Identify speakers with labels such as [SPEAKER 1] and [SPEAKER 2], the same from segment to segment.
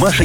[SPEAKER 1] Маша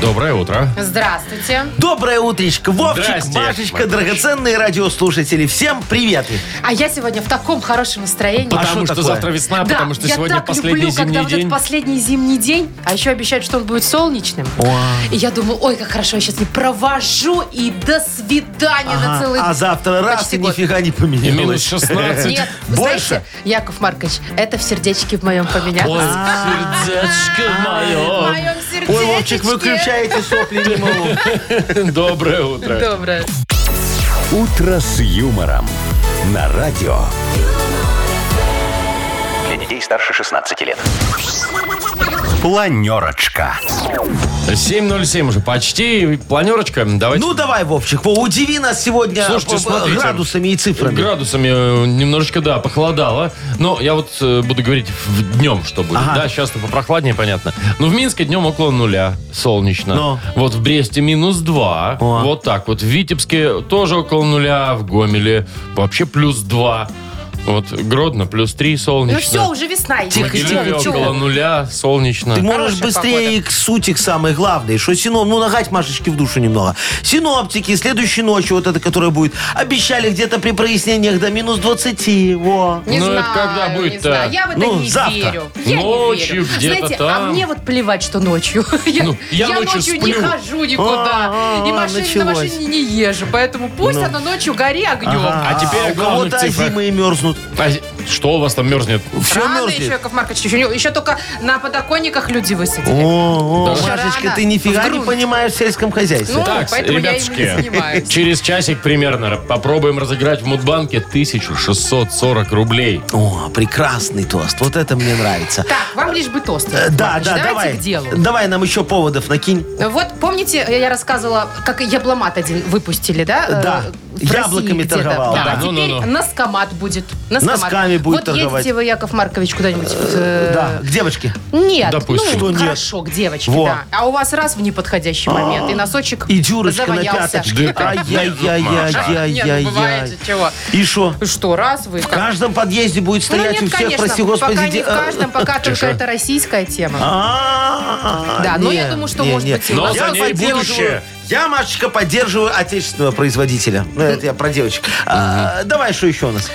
[SPEAKER 2] Доброе
[SPEAKER 3] А
[SPEAKER 2] утро.
[SPEAKER 3] Здравствуйте.
[SPEAKER 4] Доброе утречко, Вовчик,
[SPEAKER 2] Здрасте,
[SPEAKER 4] Машечка,
[SPEAKER 2] Яков Маркович.
[SPEAKER 4] драгоценные радиослушатели. Всем привет.
[SPEAKER 3] А я сегодня в таком хорошем настроении.
[SPEAKER 4] А
[SPEAKER 2] Потому
[SPEAKER 4] что
[SPEAKER 2] что
[SPEAKER 4] такое?
[SPEAKER 2] завтра весна,
[SPEAKER 3] да,
[SPEAKER 2] потому что
[SPEAKER 3] я
[SPEAKER 2] сегодня
[SPEAKER 3] так
[SPEAKER 2] последний
[SPEAKER 3] люблю,
[SPEAKER 2] зимний
[SPEAKER 3] когда вот
[SPEAKER 2] день.
[SPEAKER 3] этот последний зимний день, а еще обещают, что он будет солнечным. И я думаю, ой, как хорошо, я сейчас не провожу и до свидания на
[SPEAKER 4] Ага,
[SPEAKER 3] целый
[SPEAKER 4] а завтра раз
[SPEAKER 3] почти
[SPEAKER 4] и
[SPEAKER 3] год.
[SPEAKER 4] нифига не
[SPEAKER 2] И минус
[SPEAKER 4] поменялось.
[SPEAKER 2] 16.
[SPEAKER 3] Нет,
[SPEAKER 4] Больше?
[SPEAKER 3] знаете, Яков Маркович, это в сердечке в моем
[SPEAKER 2] Ой,
[SPEAKER 3] поменялось. А.
[SPEAKER 2] сердечко
[SPEAKER 3] В
[SPEAKER 2] мое.
[SPEAKER 3] моем
[SPEAKER 4] Ой,
[SPEAKER 3] сердечке.
[SPEAKER 4] Вовчик, выключаете сопли не могу.
[SPEAKER 2] Доброе утро.
[SPEAKER 3] Доброе.
[SPEAKER 1] «Утро с юмором» на радио. Для детей старше 16 лет. Планерочка.
[SPEAKER 2] 7.07 уже почти. Планерочка, давайте
[SPEAKER 4] Ну давай, Вовчик, во, удиви нас сегодня
[SPEAKER 2] Слушайте,
[SPEAKER 4] э, э,
[SPEAKER 2] смотрите.
[SPEAKER 4] градусами и цифрами.
[SPEAKER 2] градусами э, немножечко, да, похолодало. Но я вот э, буду говорить в днем, что будет.
[SPEAKER 4] Ага.
[SPEAKER 2] Да, сейчас-то попрохладнее, понятно. Но в Минске днем около нуля, солнечно.
[SPEAKER 4] Ну.
[SPEAKER 2] Вот в Бресте минус 2.
[SPEAKER 4] О.
[SPEAKER 2] Вот так вот. В Витебске тоже около нуля, в Гомеле вообще плюс 2. Вот Гродно плюс 3 солнечно.
[SPEAKER 3] Ну все, уже весна. идет.
[SPEAKER 4] Тихо,
[SPEAKER 2] В
[SPEAKER 3] Чего
[SPEAKER 4] тихо,
[SPEAKER 2] Киеве
[SPEAKER 3] вы, чего
[SPEAKER 2] около
[SPEAKER 3] вы?
[SPEAKER 2] нуля, солнечно.
[SPEAKER 4] Ты можешь
[SPEAKER 3] Хорошая
[SPEAKER 4] быстрее
[SPEAKER 3] погода.
[SPEAKER 4] к сути, к самой главной. Что сином, ну нагать Машечке в душу немного. Синоптики следующей ночью, вот это, которая будет, обещали где-то при прояснениях до минус 20. Во.
[SPEAKER 3] Не
[SPEAKER 2] Ну,
[SPEAKER 3] знаю,
[SPEAKER 2] это когда
[SPEAKER 3] не
[SPEAKER 2] будет-то?
[SPEAKER 3] знаю. Я в это
[SPEAKER 4] Ну,
[SPEAKER 3] не
[SPEAKER 4] завтра.
[SPEAKER 3] верю. Я не
[SPEAKER 2] Ночью
[SPEAKER 3] верю.
[SPEAKER 2] где-то
[SPEAKER 3] Знаете,
[SPEAKER 2] там.
[SPEAKER 3] а мне вот плевать, что ночью. Я,
[SPEAKER 2] Ну, я ночью
[SPEAKER 3] не
[SPEAKER 2] сплю.
[SPEAKER 3] хожу никуда.
[SPEAKER 4] А,
[SPEAKER 3] и машин- на
[SPEAKER 4] началось. Ну.
[SPEAKER 3] машине не езжу. Поэтому пусть оно ночью гори огнем.
[SPEAKER 2] А теперь о
[SPEAKER 4] у
[SPEAKER 2] главных
[SPEAKER 4] кого-то
[SPEAKER 2] цифрах.
[SPEAKER 4] зимы мерзнут.
[SPEAKER 2] А что у вас там мерзнет?
[SPEAKER 4] Все
[SPEAKER 3] Рано еще,
[SPEAKER 4] мерзнет.
[SPEAKER 3] Яков Маркович, еще, еще только на подоконниках люди высадили.
[SPEAKER 4] О, о,
[SPEAKER 2] Да.
[SPEAKER 4] Машечка,
[SPEAKER 3] Рано.
[SPEAKER 4] ты нифига не
[SPEAKER 3] Вдруг.
[SPEAKER 4] понимаешь в сельском хозяйстве.
[SPEAKER 3] Ну,
[SPEAKER 2] Так,
[SPEAKER 3] поэтому я им и
[SPEAKER 2] ребятушки,
[SPEAKER 3] занимаюсь.
[SPEAKER 2] через часик примерно попробуем разыграть в Мудбанке 1640 рублей.
[SPEAKER 4] О, прекрасный тост. Вот это мне нравится.
[SPEAKER 3] Так, вам лишь бы тост.
[SPEAKER 4] Э,
[SPEAKER 3] Яков
[SPEAKER 4] Да,
[SPEAKER 3] Маркович.
[SPEAKER 4] да,
[SPEAKER 3] Давайте
[SPEAKER 4] давай.
[SPEAKER 3] к делу.
[SPEAKER 4] Давай нам еще поводов накинь.
[SPEAKER 3] Вот помните, я рассказывала, как ябломат один выпустили, да? Э,
[SPEAKER 4] Да.
[SPEAKER 3] в России
[SPEAKER 4] Яблоками
[SPEAKER 3] где-то.
[SPEAKER 4] торговал,
[SPEAKER 3] Да,
[SPEAKER 2] да.
[SPEAKER 3] а теперь
[SPEAKER 2] Ну-ну-ну.
[SPEAKER 3] наскомат будет.
[SPEAKER 4] Носками будет
[SPEAKER 3] Вот
[SPEAKER 4] торговать.
[SPEAKER 3] едете вы, Яков Маркович, куда-нибудь. э,
[SPEAKER 4] Да, к девочке.
[SPEAKER 3] Нет,
[SPEAKER 2] Допустим.
[SPEAKER 3] ну,
[SPEAKER 2] Что
[SPEAKER 4] нет?
[SPEAKER 3] хорошо, к девочке,
[SPEAKER 4] Во. А.
[SPEAKER 3] да. А у вас раз в неподходящий момент, и носочек
[SPEAKER 4] И дюрочка на
[SPEAKER 3] завалялся.
[SPEAKER 4] пяточке.
[SPEAKER 2] Да.
[SPEAKER 3] Нет, ну бывает
[SPEAKER 4] Ай-яй-яй-яй-яй.
[SPEAKER 3] же чего.
[SPEAKER 4] И что?
[SPEAKER 3] Что, раз вы...
[SPEAKER 4] В каждом подъезде будет
[SPEAKER 3] Ну
[SPEAKER 4] стоять
[SPEAKER 3] нет,
[SPEAKER 4] у всех,
[SPEAKER 3] конечно,
[SPEAKER 4] прости
[SPEAKER 3] пока
[SPEAKER 4] господи.
[SPEAKER 3] не
[SPEAKER 4] де-
[SPEAKER 3] в каждом, пока только это российская тема.
[SPEAKER 4] А,
[SPEAKER 3] Да, ну, я
[SPEAKER 4] не,
[SPEAKER 3] думаю, что,
[SPEAKER 4] не,
[SPEAKER 3] может
[SPEAKER 4] не.
[SPEAKER 3] быть, и Но
[SPEAKER 2] у за нас. ней
[SPEAKER 4] поддерживаю-
[SPEAKER 2] будущее.
[SPEAKER 4] Я, Машечка, поддерживаю отечественного производителя. Ну, это я про девочек. А, Давай, что еще у нас?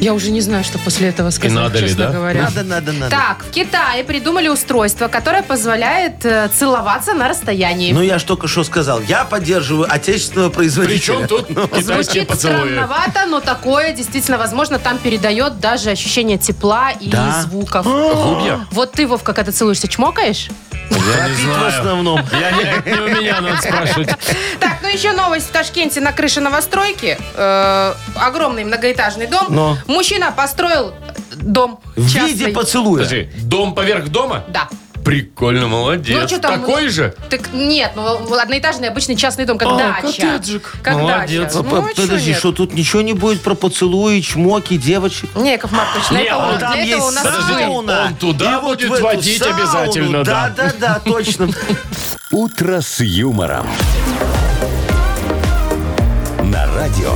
[SPEAKER 3] Я уже не знаю, что после этого сказать,
[SPEAKER 2] надо ли,
[SPEAKER 3] честно
[SPEAKER 2] да?
[SPEAKER 3] говоря.
[SPEAKER 4] Надо, надо, надо.
[SPEAKER 3] Так, в Китае придумали устройство, которое позволяет э, целоваться на расстоянии.
[SPEAKER 4] Ну, я ж только что сказал. Я поддерживаю отечественного
[SPEAKER 2] Причем
[SPEAKER 4] производителя.
[SPEAKER 2] тут китайские
[SPEAKER 3] Звучит
[SPEAKER 2] поцелуи.
[SPEAKER 3] странновато, но такое действительно возможно. Там передает даже ощущение тепла и
[SPEAKER 4] Да?
[SPEAKER 3] звуков.
[SPEAKER 2] Губья?
[SPEAKER 3] Вот ты, Вовка, когда целуешься, чмокаешь?
[SPEAKER 2] Я не
[SPEAKER 4] Пить в
[SPEAKER 2] знаю.
[SPEAKER 4] основном.
[SPEAKER 2] Я не, не у меня надо спрашивать.
[SPEAKER 3] Так, ну еще новость в Ташкенте на крыше новостройки. Э, огромный многоэтажный дом.
[SPEAKER 4] Но.
[SPEAKER 3] Мужчина построил дом
[SPEAKER 4] В
[SPEAKER 3] частный.
[SPEAKER 4] виде поцелуя.
[SPEAKER 2] Подожди, дом поверх дома?
[SPEAKER 3] Да.
[SPEAKER 2] Прикольно, молодец.
[SPEAKER 3] Ну, а чё там?
[SPEAKER 2] Такой же?
[SPEAKER 3] Так нет, ну одноэтажный обычный частный дом, как
[SPEAKER 2] А,
[SPEAKER 3] дача.
[SPEAKER 2] коттеджик.
[SPEAKER 3] Как
[SPEAKER 2] Молодец.
[SPEAKER 3] дача.
[SPEAKER 4] П-
[SPEAKER 3] Ну, а
[SPEAKER 4] п-
[SPEAKER 3] чё
[SPEAKER 4] Подожди,
[SPEAKER 3] нет?
[SPEAKER 4] что тут ничего не будет про поцелуи, чмоки, девочек?
[SPEAKER 3] Не, Яков Маркович, для
[SPEAKER 2] Не,
[SPEAKER 3] этого,
[SPEAKER 2] а
[SPEAKER 3] у-
[SPEAKER 4] там
[SPEAKER 3] для этого
[SPEAKER 4] есть
[SPEAKER 3] у нас
[SPEAKER 2] Подождите,
[SPEAKER 3] вы.
[SPEAKER 4] сауна.
[SPEAKER 2] он туда
[SPEAKER 4] И вот
[SPEAKER 2] будет
[SPEAKER 4] в эту
[SPEAKER 2] водить
[SPEAKER 4] сауну,
[SPEAKER 2] обязательно, да.
[SPEAKER 4] Да, да, да, точно.
[SPEAKER 1] «Утро с юмором». На радио.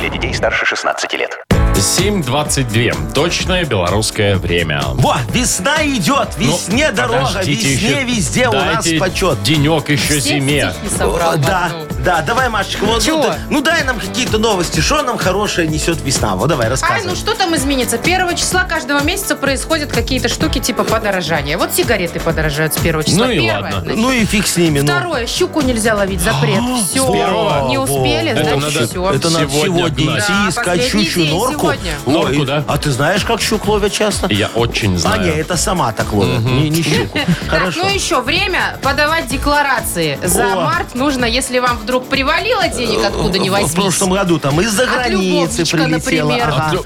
[SPEAKER 1] Для детей старше 16 лет.
[SPEAKER 2] 7.22. Точное белорусское время.
[SPEAKER 4] Во, весна идет,
[SPEAKER 2] Ну,
[SPEAKER 4] весне дорога,
[SPEAKER 2] подождите
[SPEAKER 4] весне
[SPEAKER 2] еще.
[SPEAKER 4] везде у нас
[SPEAKER 2] Дайте
[SPEAKER 4] почет.
[SPEAKER 2] денек еще
[SPEAKER 3] Все
[SPEAKER 2] зиме.
[SPEAKER 3] стихи собрал
[SPEAKER 4] О,
[SPEAKER 3] в
[SPEAKER 4] да,
[SPEAKER 3] одну.
[SPEAKER 4] да, давай, Машечка, вот,
[SPEAKER 3] Чего?
[SPEAKER 4] ну, ты- ну дай нам какие-то новости, что нам хорошее несет весна, вот давай,
[SPEAKER 3] Ай,
[SPEAKER 4] рассказывай.
[SPEAKER 3] ну что там изменится? Первого числа каждого месяца происходят какие-то штуки типа подорожания. Вот сигареты подорожают с первого числа.
[SPEAKER 2] Ну и
[SPEAKER 3] Первое,
[SPEAKER 2] ладно.
[SPEAKER 3] значит.
[SPEAKER 4] Ну и фиг с ними, ну.
[SPEAKER 3] Второе, щуку нельзя ловить, запрет.
[SPEAKER 4] А,
[SPEAKER 3] Все,
[SPEAKER 2] первого?
[SPEAKER 3] не успели,
[SPEAKER 2] Это
[SPEAKER 3] значит
[SPEAKER 2] надо-
[SPEAKER 3] все.
[SPEAKER 4] Это надо
[SPEAKER 2] Сегодня
[SPEAKER 4] сегодня
[SPEAKER 2] гнать.
[SPEAKER 4] идти
[SPEAKER 3] Да,
[SPEAKER 4] искать
[SPEAKER 3] последний
[SPEAKER 4] щучью
[SPEAKER 3] день
[SPEAKER 4] норку.
[SPEAKER 3] сегодня.
[SPEAKER 2] Норку,
[SPEAKER 4] и-
[SPEAKER 2] да.
[SPEAKER 4] А ты знаешь, как щук ловят часто?
[SPEAKER 2] Я очень
[SPEAKER 4] А, не,
[SPEAKER 2] знаю.
[SPEAKER 4] это сама так ловят, не, не щуку.
[SPEAKER 3] Так,
[SPEAKER 4] Хорошо.
[SPEAKER 3] ну еще время подавать декларации. За
[SPEAKER 4] О.
[SPEAKER 3] март нужно, если вам вдруг привалило денег, откуда не
[SPEAKER 4] В
[SPEAKER 3] возьмись.
[SPEAKER 4] прошлом году там из-за
[SPEAKER 3] От
[SPEAKER 4] границы
[SPEAKER 3] любовничка,
[SPEAKER 4] прилетело.
[SPEAKER 3] например.
[SPEAKER 4] ага.
[SPEAKER 2] От лю-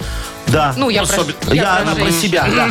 [SPEAKER 4] Да.
[SPEAKER 3] Ну, я, про,
[SPEAKER 2] Особи-
[SPEAKER 4] Я, она про
[SPEAKER 3] женщин.
[SPEAKER 4] себя, да.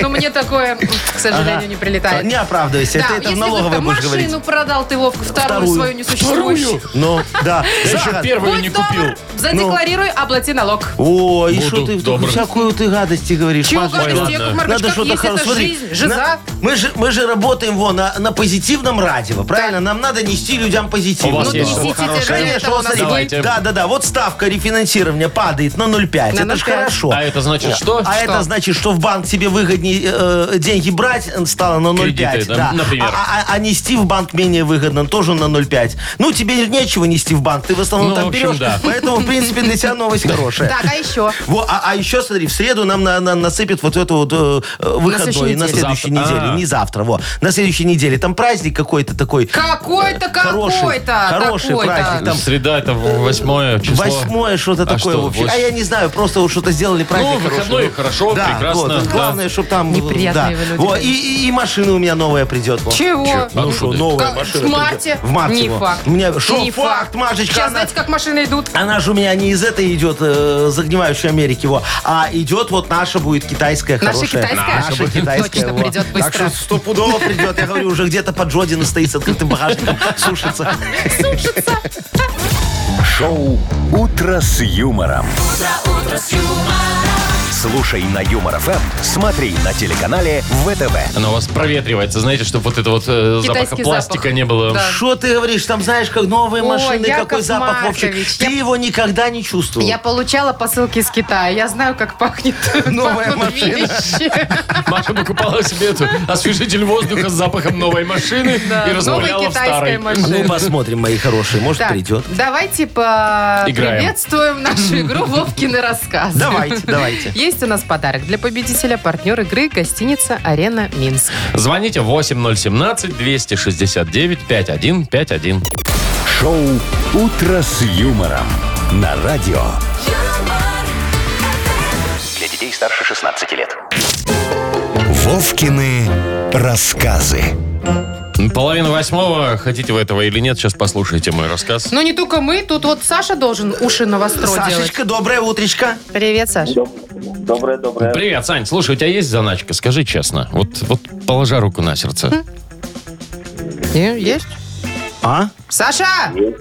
[SPEAKER 3] Но мне такое, к сожалению, не прилетает.
[SPEAKER 4] Не оправдывайся,
[SPEAKER 3] Да,
[SPEAKER 4] ты это в
[SPEAKER 3] если
[SPEAKER 4] налоговой
[SPEAKER 3] бы
[SPEAKER 4] будешь
[SPEAKER 3] машину
[SPEAKER 4] говорить.
[SPEAKER 3] продал ты, Вовка, вторую,
[SPEAKER 4] Вторую.
[SPEAKER 3] свою несуществующую.
[SPEAKER 4] Ну, да.
[SPEAKER 2] Я еще
[SPEAKER 4] Загад.
[SPEAKER 2] первую
[SPEAKER 3] Будь
[SPEAKER 2] не
[SPEAKER 3] добр,
[SPEAKER 2] купил.
[SPEAKER 3] задекларируй,
[SPEAKER 4] Ну.
[SPEAKER 3] оплати налог.
[SPEAKER 4] О, и
[SPEAKER 2] Буду
[SPEAKER 4] что ты
[SPEAKER 2] добрым.
[SPEAKER 4] всякую ты гадости говоришь,
[SPEAKER 3] Чего
[SPEAKER 4] Машечка?
[SPEAKER 3] гадости,
[SPEAKER 2] ладно.
[SPEAKER 3] Яков Маркович,
[SPEAKER 4] Надо
[SPEAKER 3] как
[SPEAKER 4] что-то
[SPEAKER 3] есть эта
[SPEAKER 4] хорошее. Смотри,
[SPEAKER 3] жизнь, жиза.
[SPEAKER 4] на- мы, же, мы же работаем во, на, на позитивном радио, правильно? Нам надо нести людям позитив.
[SPEAKER 2] У вас
[SPEAKER 3] Ну,
[SPEAKER 2] есть
[SPEAKER 3] несите
[SPEAKER 2] что-то
[SPEAKER 3] же
[SPEAKER 2] хорошее?
[SPEAKER 3] это
[SPEAKER 4] Конечно, вот
[SPEAKER 3] у нас
[SPEAKER 4] смотри,
[SPEAKER 2] Давайте.
[SPEAKER 4] да, да, да, вот ставка рефинансирования падает на 0,5.
[SPEAKER 3] На
[SPEAKER 4] это же
[SPEAKER 3] 0,5.
[SPEAKER 4] хорошо.
[SPEAKER 2] А это значит что?
[SPEAKER 4] А это значит, что в банк тебе выгоднее э, деньги брать э, стало на 0,5.
[SPEAKER 2] Кредиты, да,
[SPEAKER 4] да.
[SPEAKER 2] например.
[SPEAKER 4] А, а- а нести в банк менее выгодно, тоже на 0,5. Ну, тебе нечего нести в банк, ты в основном
[SPEAKER 2] Ну,
[SPEAKER 4] там
[SPEAKER 2] в общем,
[SPEAKER 4] берешь.
[SPEAKER 2] да.
[SPEAKER 4] Поэтому, в принципе, для тебя новость хорошая.
[SPEAKER 3] Так, а еще?
[SPEAKER 4] Во, а, а еще, смотри, в среду нам на- на- насыпят вот эту вот э, э, выходной
[SPEAKER 3] следующей
[SPEAKER 4] на
[SPEAKER 3] неделе.
[SPEAKER 4] следующей
[SPEAKER 2] Завтра.
[SPEAKER 4] неделе.
[SPEAKER 2] А.
[SPEAKER 4] Не завтра, во. На следующей неделе. Там праздник какой-то такой.
[SPEAKER 3] Какой-то,
[SPEAKER 4] Хороший,
[SPEAKER 3] какой-то,
[SPEAKER 4] хороший праздник,
[SPEAKER 3] такой-то.
[SPEAKER 4] там-
[SPEAKER 2] Среда, это восьмое число.
[SPEAKER 4] Восьмое что-то
[SPEAKER 2] А
[SPEAKER 4] такое
[SPEAKER 2] что,
[SPEAKER 4] вообще.
[SPEAKER 2] вось-
[SPEAKER 4] А я не знаю, просто вот что-то сделали праздник.
[SPEAKER 2] Ну, выходной,
[SPEAKER 4] хороший.
[SPEAKER 2] хорошо,
[SPEAKER 4] да,
[SPEAKER 2] прекрасно.
[SPEAKER 4] вот. Ну,
[SPEAKER 2] да.
[SPEAKER 4] Главное, чтобы там...
[SPEAKER 3] Неприятные
[SPEAKER 4] да.
[SPEAKER 3] вы люди,
[SPEAKER 4] Во, и,
[SPEAKER 3] конечно.
[SPEAKER 4] и- и машина у меня новая придет. во.
[SPEAKER 3] Чего?
[SPEAKER 2] А ну
[SPEAKER 4] Ну что,
[SPEAKER 2] куда?
[SPEAKER 4] новая
[SPEAKER 3] Как-
[SPEAKER 4] машина
[SPEAKER 3] в марте?
[SPEAKER 4] придет. В марте.
[SPEAKER 3] Не
[SPEAKER 4] во.
[SPEAKER 3] факт.
[SPEAKER 4] У меня... Шо,
[SPEAKER 3] Не
[SPEAKER 4] факт, Машечка?
[SPEAKER 3] Сейчас
[SPEAKER 4] она-
[SPEAKER 3] знаете, как машины идут?
[SPEAKER 4] Она же у меня не из этой идет, э, загнивающей Америки, во, а идет вот наша будет китайская
[SPEAKER 3] Наша
[SPEAKER 4] хорошая.
[SPEAKER 3] китайская?
[SPEAKER 4] Наша
[SPEAKER 3] Точно
[SPEAKER 4] китайская, во.
[SPEAKER 3] придет быстро.
[SPEAKER 4] Так что стопудово придет. Я говорю, уже где-то под Джодина стоит с открытым багажником, сушится.
[SPEAKER 1] Шоу «Утро с юмором». Слушай на Юмор ФМ, смотри на телеканале ВТВ.
[SPEAKER 2] Она у вас проветривается, знаете, чтобы вот это вот э, запаха
[SPEAKER 3] Китайский
[SPEAKER 2] пластика
[SPEAKER 3] запах.
[SPEAKER 2] не было.
[SPEAKER 3] Да.
[SPEAKER 4] Что ты говоришь? Там знаешь, как новые
[SPEAKER 3] О,
[SPEAKER 4] машины,
[SPEAKER 3] Яков
[SPEAKER 4] какой запах вообще.
[SPEAKER 3] Маркович,
[SPEAKER 4] Ты
[SPEAKER 3] я-
[SPEAKER 4] его никогда не чувствовал.
[SPEAKER 3] Я получала посылки из Китая. Я знаю, как пахнет
[SPEAKER 4] Новая
[SPEAKER 3] пахнут
[SPEAKER 4] машина.
[SPEAKER 3] вещи.
[SPEAKER 2] Маша покупала себе эту освежитель воздуха с запахом новой машины и
[SPEAKER 3] Да, Новой
[SPEAKER 2] разбавляла в
[SPEAKER 3] китайской
[SPEAKER 2] старой.
[SPEAKER 4] Ну,
[SPEAKER 3] машины.
[SPEAKER 4] посмотрим, мои хорошие. Может,
[SPEAKER 3] Так,
[SPEAKER 4] придет.
[SPEAKER 3] Давайте
[SPEAKER 2] Играем.
[SPEAKER 3] приветствуем нашу игру Вовкины рассказы.
[SPEAKER 4] Давайте, давайте.
[SPEAKER 3] Есть у нас подарок для победителя, партнер игры, гостиница «Арена Минск».
[SPEAKER 2] Звоните 8017-269-5151.
[SPEAKER 1] Шоу «Утро с юмором» на радио.
[SPEAKER 5] Для детей старше 16 лет.
[SPEAKER 1] Вовкины рассказы.
[SPEAKER 2] Половина восьмого. Хотите вы этого или нет, сейчас послушайте мой рассказ.
[SPEAKER 3] Но не только мы, тут вот Саша должен уши на востро делать.
[SPEAKER 4] Сашечка, доброе утречко.
[SPEAKER 3] Привет, Саша.
[SPEAKER 5] Доброе, доброе.
[SPEAKER 2] Привет, Сань. Слушай, у тебя есть заначка? Скажи честно. Вот, вот положа руку на сердце.
[SPEAKER 3] Е- Есть?
[SPEAKER 4] А?
[SPEAKER 3] Саша!
[SPEAKER 4] Есть.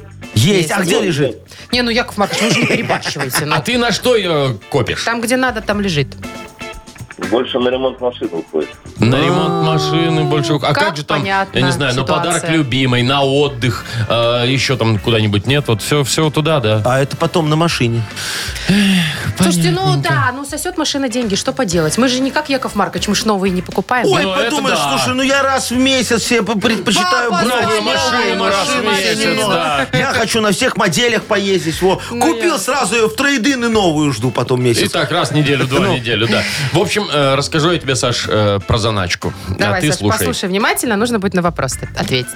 [SPEAKER 3] Есть.
[SPEAKER 4] А где лежит?
[SPEAKER 3] Не, ну, Яков Маркович, вы же не перебарщивайте. ну.
[SPEAKER 2] А ты на что ее копишь?
[SPEAKER 3] Там, где надо, там лежит.
[SPEAKER 6] Больше на ремонт машины уходит.
[SPEAKER 2] На ремонт машины больше. А
[SPEAKER 3] А. как
[SPEAKER 2] как же там, я
[SPEAKER 3] понятна
[SPEAKER 2] не знаю, на подарок
[SPEAKER 3] ситуация.
[SPEAKER 2] любимой, на отдых, э, еще там куда-нибудь нет. Вот все, все туда, да.
[SPEAKER 4] А это потом на машине.
[SPEAKER 3] Слушайте, ну да, ну сосет машина деньги, что поделать? Мы же не как Яков Маркович, мы же новые не покупаем.
[SPEAKER 4] Ой,
[SPEAKER 2] Ну, это
[SPEAKER 4] подумаешь,
[SPEAKER 2] да.
[SPEAKER 4] слушай, ну я раз в месяц себе п- предпочитаю
[SPEAKER 3] Папа,
[SPEAKER 4] брать
[SPEAKER 3] новую машину раз в месяц,
[SPEAKER 2] да.
[SPEAKER 4] Я хочу на всех моделях поездить. Во.
[SPEAKER 3] Ну,
[SPEAKER 4] Купил сразу ее в трейдин и новую жду потом
[SPEAKER 2] И
[SPEAKER 4] месяц.
[SPEAKER 2] так раз в неделю, два
[SPEAKER 3] Ну.
[SPEAKER 2] неделю, да. В общем, э, расскажу я тебе, Саш, э, про заначку. а
[SPEAKER 3] Давай,
[SPEAKER 2] ты
[SPEAKER 3] Саш,
[SPEAKER 2] слушай.
[SPEAKER 3] послушай внимательно, нужно будет на вопрос ответить.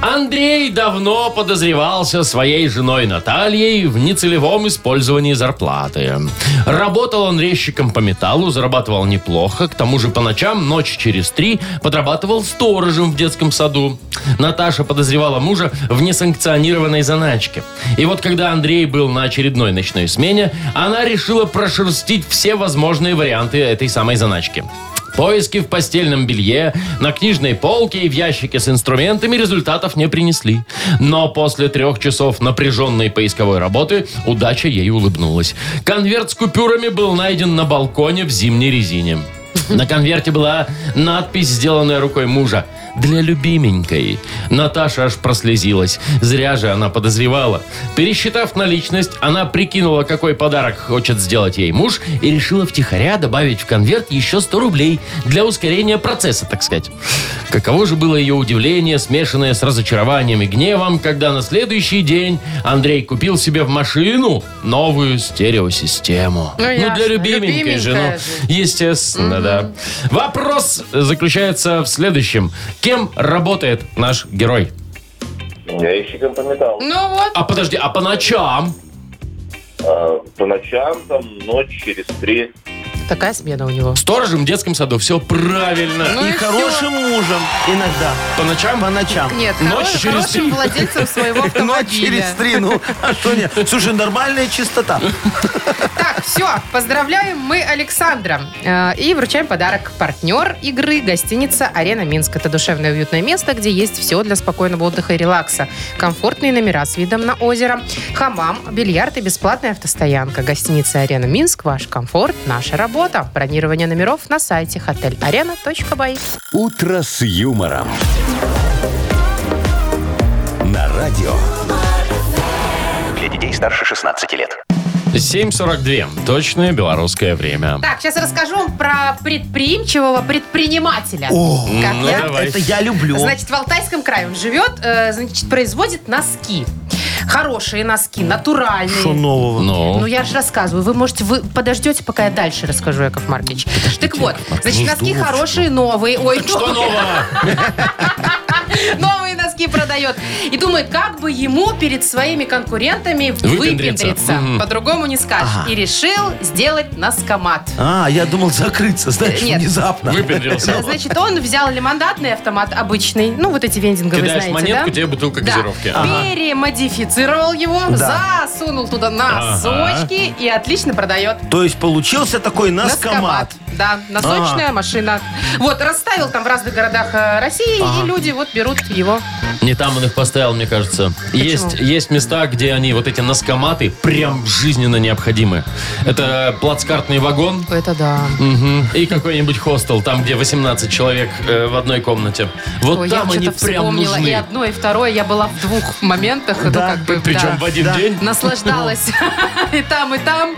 [SPEAKER 2] Андрей давно подозревался своей женой Натальей в нецелевом использовании зарплаты. Работал он резчиком по металлу, зарабатывал неплохо, к тому же по ночам, ночь через три, подрабатывал сторожем в детском саду. Наташа подозревала мужа в несанкционированной заначке. И вот когда Андрей был на очередной ночной смене, она решила прошерстить все возможные варианты этой самой заначки. Поиски в постельном белье, на книжной полке и в ящике с инструментами результатов не принесли. Но после трех часов напряженной поисковой работы удача ей улыбнулась. Конверт с купюрами был найден на балконе в зимней резине. На конверте была надпись, сделанная рукой мужа. «Для любименькой». Наташа аж прослезилась. Зря же она подозревала. Пересчитав наличность, она прикинула, какой подарок хочет сделать ей муж, и решила втихаря добавить в конверт еще 100 рублей для ускорения процесса, так сказать. Каково же было ее удивление, смешанное с разочарованием и гневом, когда на следующий день Андрей купил себе в машину новую стереосистему.
[SPEAKER 3] Ну, ясно.
[SPEAKER 2] для любименькой же, ну,
[SPEAKER 3] Любименькая же.
[SPEAKER 2] Естественно, да. Вопрос заключается в следующем. Кем работает наш герой?
[SPEAKER 6] Я ящиком по металлу.
[SPEAKER 3] Ну вот.
[SPEAKER 2] А подожди, а по ночам?
[SPEAKER 6] А, по ночам, там, ночь через три.
[SPEAKER 3] Такая смена у него.
[SPEAKER 2] Сторожем в детском саду. Все правильно.
[SPEAKER 3] Ну
[SPEAKER 4] и
[SPEAKER 3] и всё.
[SPEAKER 4] хорошим мужем иногда.
[SPEAKER 2] По ночам?
[SPEAKER 4] По ночам.
[SPEAKER 3] Нет,
[SPEAKER 2] Ночь
[SPEAKER 3] хоро-
[SPEAKER 2] через
[SPEAKER 3] хорошим
[SPEAKER 2] три.
[SPEAKER 3] владельцем своего
[SPEAKER 4] Ночь через
[SPEAKER 3] автомобиля.
[SPEAKER 4] три, ну, а что нет? Слушай, нормальная чистота.
[SPEAKER 3] Так, все, поздравляем мы Александра. Э, И вручаем подарок. Партнер игры – гостиница «Арена Минск». Это душевное уютное место, где есть все для спокойного отдыха и релакса. Комфортные номера с видом на озеро, хамам, бильярд и бесплатная автостоянка. Гостиница «Арена Минск» – ваш комфорт, наша работа. Бронирование номеров на сайте hotelarena.by.
[SPEAKER 1] «Утро с юмором». На радио.
[SPEAKER 5] Для детей старше 16 лет.
[SPEAKER 2] 7.42. Точное белорусское время.
[SPEAKER 3] Так, сейчас расскажу вам про предприимчивого предпринимателя.
[SPEAKER 4] О,
[SPEAKER 3] Как
[SPEAKER 2] ну
[SPEAKER 3] я?
[SPEAKER 2] давай.
[SPEAKER 4] Это я люблю.
[SPEAKER 3] Значит, в Алтайском крае он живет, э, значит, производит носки. Хорошие носки, натуральные.
[SPEAKER 4] Что нового?
[SPEAKER 3] Ну,
[SPEAKER 2] Ну,
[SPEAKER 3] я же рассказываю. Вы, можете, вы подождете, пока я дальше расскажу, Яков Маркович. так вот, значит,
[SPEAKER 4] не
[SPEAKER 3] носки
[SPEAKER 4] вздумав,
[SPEAKER 3] хорошие, новые. Ой,
[SPEAKER 2] что
[SPEAKER 3] новые.
[SPEAKER 2] нового?
[SPEAKER 3] Новые носки продает. И думает, как бы ему перед своими конкурентами
[SPEAKER 2] Выпендриться.
[SPEAKER 3] выпендриться.
[SPEAKER 2] Мгм.
[SPEAKER 3] По-другому не скажешь.
[SPEAKER 4] Ага.
[SPEAKER 3] И решил сделать носкомат.
[SPEAKER 4] А, я думал закрыться, знаешь,
[SPEAKER 3] Нет.
[SPEAKER 4] внезапно.
[SPEAKER 2] Выпендрился.
[SPEAKER 3] Значит, он взял лимонадный автомат обычный, ну вот эти вендинговые,
[SPEAKER 2] Кидаешь
[SPEAKER 3] знаете,
[SPEAKER 2] монетку,
[SPEAKER 3] да?
[SPEAKER 2] тебе бутылка
[SPEAKER 3] Да. А.
[SPEAKER 2] газировки.
[SPEAKER 3] Перемодифицировал его,
[SPEAKER 4] Да.
[SPEAKER 3] засунул туда носочки и отлично продает.
[SPEAKER 4] То есть получился такой
[SPEAKER 3] Носкомат.
[SPEAKER 4] носкомат.
[SPEAKER 3] Да, носочная машина. Вот, расставил там в разных городах э, России, и люди вот берут его.
[SPEAKER 2] Не там он их поставил, мне кажется. Есть, есть места, где они, вот эти носкоматы, прям жизненно необходимы. Это плацкартный вагон
[SPEAKER 3] Это да.
[SPEAKER 4] Ну,
[SPEAKER 2] мгм, и какой-нибудь хостел, там, где 18 человек э, в одной комнате. Вот
[SPEAKER 3] Ой,
[SPEAKER 2] там
[SPEAKER 3] я
[SPEAKER 2] они
[SPEAKER 3] что-то
[SPEAKER 2] прям
[SPEAKER 3] вспомнила и
[SPEAKER 2] нужны.
[SPEAKER 3] одно, и второе. Я была в двух моментах. ну,
[SPEAKER 4] Да,
[SPEAKER 3] как бы,
[SPEAKER 2] Причем
[SPEAKER 3] да.
[SPEAKER 2] в один
[SPEAKER 4] Да. Ну,
[SPEAKER 2] день.
[SPEAKER 3] Наслаждалась и там, и там.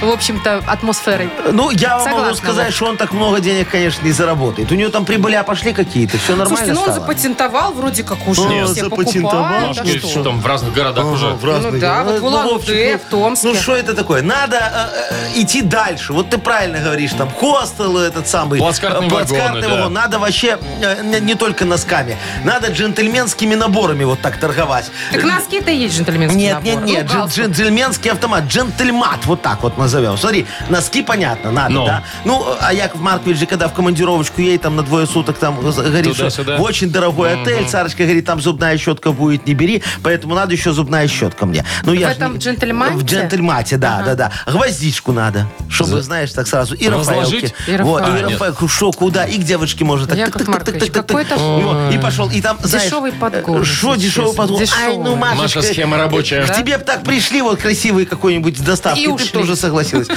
[SPEAKER 3] В общем-то, атмосферой.
[SPEAKER 4] Ну, я вам
[SPEAKER 3] Согласна,
[SPEAKER 4] могу сказать,
[SPEAKER 3] вот.
[SPEAKER 4] что он так много денег, конечно, не заработает. У него там прибыля пошли какие-то, все
[SPEAKER 3] Слушайте,
[SPEAKER 4] нормально
[SPEAKER 3] ну он
[SPEAKER 4] стало.
[SPEAKER 3] запатентовал вроде как уже.
[SPEAKER 4] Ну,
[SPEAKER 3] все
[SPEAKER 4] запатентовал.
[SPEAKER 3] покупают,
[SPEAKER 2] Машки
[SPEAKER 3] а
[SPEAKER 4] Машки,
[SPEAKER 3] что?
[SPEAKER 4] что?
[SPEAKER 2] там в разных городах
[SPEAKER 4] Ага,
[SPEAKER 2] уже.
[SPEAKER 4] в разных
[SPEAKER 3] Ну да, вот
[SPEAKER 4] городах.
[SPEAKER 3] в Улан-Удэ,
[SPEAKER 4] Вовчик,
[SPEAKER 3] в Томске.
[SPEAKER 4] Ну что это такое? Надо э, э, идти дальше. Вот ты правильно говоришь, там хостел этот самый.
[SPEAKER 2] Плацкартные
[SPEAKER 4] э, плацкартный
[SPEAKER 2] вагоны, да.
[SPEAKER 4] вагон. Надо вообще э, не, не только носками. Надо джентльменскими наборами вот так торговать.
[SPEAKER 3] Так носки-то есть джентльменский
[SPEAKER 4] Нет,
[SPEAKER 3] набор.
[SPEAKER 4] нет, нет,
[SPEAKER 3] Ну,
[SPEAKER 4] джен-
[SPEAKER 3] галстук.
[SPEAKER 4] джентльменский автомат, джентльмат, вот так вот назовем. Смотри, носки, понятно, надо,
[SPEAKER 2] Ну.
[SPEAKER 4] да? Ну, а Яков Маркович же, когда в командировочку едет, там на двое суток, там, з- говорит, что
[SPEAKER 2] Туда-сюда.
[SPEAKER 4] в очень дорогой отель, Сарочка говорит, там зубная щетка будет, не бери, поэтому надо еще зубная щетка мне. Ну, я
[SPEAKER 3] В
[SPEAKER 4] ж
[SPEAKER 3] этом
[SPEAKER 4] не-
[SPEAKER 3] джентльмате?
[SPEAKER 4] В джентльмате, да, да, да. Гвоздичку надо, чтобы, знаешь, так сразу, и
[SPEAKER 2] Разложить?
[SPEAKER 4] Рафаэлки.
[SPEAKER 3] И
[SPEAKER 4] Вот,
[SPEAKER 3] Рафаэлки.
[SPEAKER 4] и
[SPEAKER 2] А, нет.
[SPEAKER 4] Рафаэлку, что, куда, и к девочке можно. Так,
[SPEAKER 3] Яков
[SPEAKER 4] так, так, так,
[SPEAKER 3] Маркович,
[SPEAKER 4] так, так,
[SPEAKER 3] какой-то
[SPEAKER 4] так. Вот, И пошел, и там, знаешь...
[SPEAKER 3] дешевый подгон,
[SPEAKER 4] э, Что
[SPEAKER 3] если
[SPEAKER 4] дешевый
[SPEAKER 3] честно,
[SPEAKER 4] подгон? Ай, ну,
[SPEAKER 3] дешевый.
[SPEAKER 2] Маша,
[SPEAKER 4] Машечка,
[SPEAKER 2] схема рабочая.
[SPEAKER 4] к тебе б так пришли вот красивые какой-нибудь с доставки,
[SPEAKER 3] И
[SPEAKER 4] ты
[SPEAKER 3] ушли.
[SPEAKER 4] б тоже согласилась.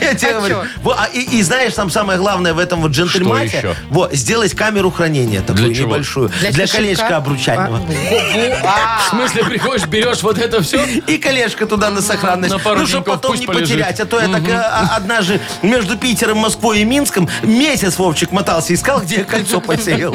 [SPEAKER 4] Я тебе
[SPEAKER 3] А
[SPEAKER 4] говорю.
[SPEAKER 3] чё?
[SPEAKER 4] Во, а И и знаешь, там самое главное в этом вот
[SPEAKER 2] еще?
[SPEAKER 4] джентльмате, вот, сделать камеру хранения такую
[SPEAKER 2] Для чего?
[SPEAKER 4] небольшую, для
[SPEAKER 3] кошелька. ну.
[SPEAKER 4] колечка
[SPEAKER 3] А,
[SPEAKER 4] обручального.
[SPEAKER 2] В смысле, приходишь, берешь вот это все?
[SPEAKER 4] И колечко туда на сохранность.
[SPEAKER 2] На пару
[SPEAKER 4] ну, чтобы
[SPEAKER 2] деньков
[SPEAKER 4] потом
[SPEAKER 2] пусть
[SPEAKER 4] не
[SPEAKER 2] полежит.
[SPEAKER 4] потерять. А то я так э, а- одна же между Питером, Москвой и Минском месяц Вовчик мотался, искал, где я кольцо посеял.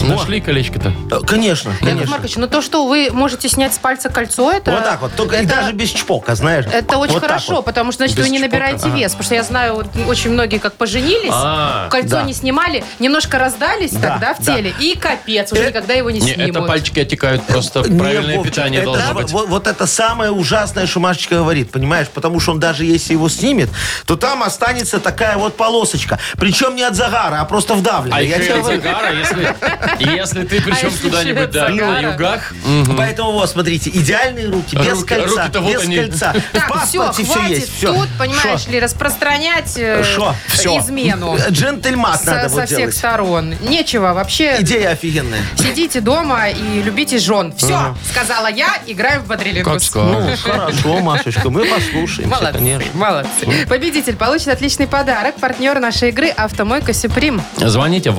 [SPEAKER 2] Нашли колечко-то.
[SPEAKER 4] Э, Конечно,
[SPEAKER 3] Яков
[SPEAKER 4] конечно.
[SPEAKER 3] Маркович, ну то, что вы можете снять с пальца кольцо, это...
[SPEAKER 4] Вот так вот, только и даже без чпока, знаешь.
[SPEAKER 3] Это очень
[SPEAKER 4] Вот так
[SPEAKER 3] хорошо,
[SPEAKER 4] вот.
[SPEAKER 3] потому что, значит,
[SPEAKER 4] Без
[SPEAKER 3] вы не
[SPEAKER 4] чпока.
[SPEAKER 3] набираете
[SPEAKER 4] Ага.
[SPEAKER 3] вес. Потому что я знаю, вот, очень многие как поженились,
[SPEAKER 2] А,
[SPEAKER 3] кольцо
[SPEAKER 4] да.
[SPEAKER 3] не снимали, немножко раздались
[SPEAKER 4] Да,
[SPEAKER 3] тогда в
[SPEAKER 4] да.
[SPEAKER 3] теле, и капец, уже
[SPEAKER 4] Э,
[SPEAKER 3] никогда его не
[SPEAKER 2] Не,
[SPEAKER 3] снимут.
[SPEAKER 2] это пальчики отекают, просто
[SPEAKER 4] Не,
[SPEAKER 2] правильное
[SPEAKER 4] Вовчик,
[SPEAKER 2] питание
[SPEAKER 4] это
[SPEAKER 2] должно
[SPEAKER 4] вот-
[SPEAKER 2] быть.
[SPEAKER 4] Вот, вот это самое ужасное, что Машечка говорит, понимаешь? Потому что он даже если его снимет, то там останется такая вот полосочка. Причем не от загара, а просто вдавленная.
[SPEAKER 2] А
[SPEAKER 4] Я
[SPEAKER 2] еще
[SPEAKER 4] тебе
[SPEAKER 2] и от
[SPEAKER 4] говорю.
[SPEAKER 2] загара, если, если ты причем
[SPEAKER 3] А если
[SPEAKER 2] куда-нибудь
[SPEAKER 3] от
[SPEAKER 2] да, на
[SPEAKER 3] загара.
[SPEAKER 2] югах.
[SPEAKER 4] Ну, Поэтому вот, смотрите, идеальные руки, без
[SPEAKER 2] Руки-
[SPEAKER 4] кольца,
[SPEAKER 2] руки-то вот
[SPEAKER 4] без
[SPEAKER 2] они.
[SPEAKER 4] кольца. В
[SPEAKER 3] Так, все,
[SPEAKER 4] паспорте
[SPEAKER 3] хватит
[SPEAKER 4] все есть. Все.
[SPEAKER 3] тут, понимаешь ли, распространять э,
[SPEAKER 4] Шо? Всё.
[SPEAKER 3] измену
[SPEAKER 4] Джентльмат
[SPEAKER 3] со,
[SPEAKER 4] надо
[SPEAKER 3] со
[SPEAKER 4] вот
[SPEAKER 3] всех
[SPEAKER 4] делать.
[SPEAKER 3] сторон. Нечего вообще...
[SPEAKER 4] Идея офигенная.
[SPEAKER 3] Сидите дома и любите жен. Все, сказала я, играем в Бодрилингус.
[SPEAKER 4] Ну, хорошо, Машечка, мы послушаем.
[SPEAKER 3] Молодцы, молодцы. Победитель получит отличный подарок. Партнер нашей игры «Автомойка Сюприм».
[SPEAKER 2] Ну, Звоните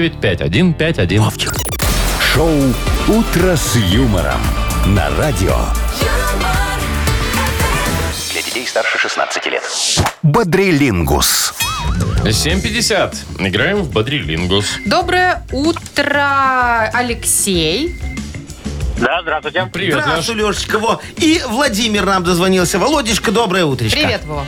[SPEAKER 2] 8017-269-5151.
[SPEAKER 4] Вовчик,
[SPEAKER 1] Шоу «Утро с юмором» на радио.
[SPEAKER 5] Для детей старше 16 лет.
[SPEAKER 1] Бодрилингус.
[SPEAKER 2] 7.50. Играем в Бодрилингус.
[SPEAKER 3] Доброе утро, Алексей.
[SPEAKER 6] Да, здравствуйте.
[SPEAKER 2] Привет, Леш.
[SPEAKER 4] Здравствуй, Лешечка. Во. И Владимир нам дозвонился. Володечка, доброе утречко.
[SPEAKER 3] Привет, Вова.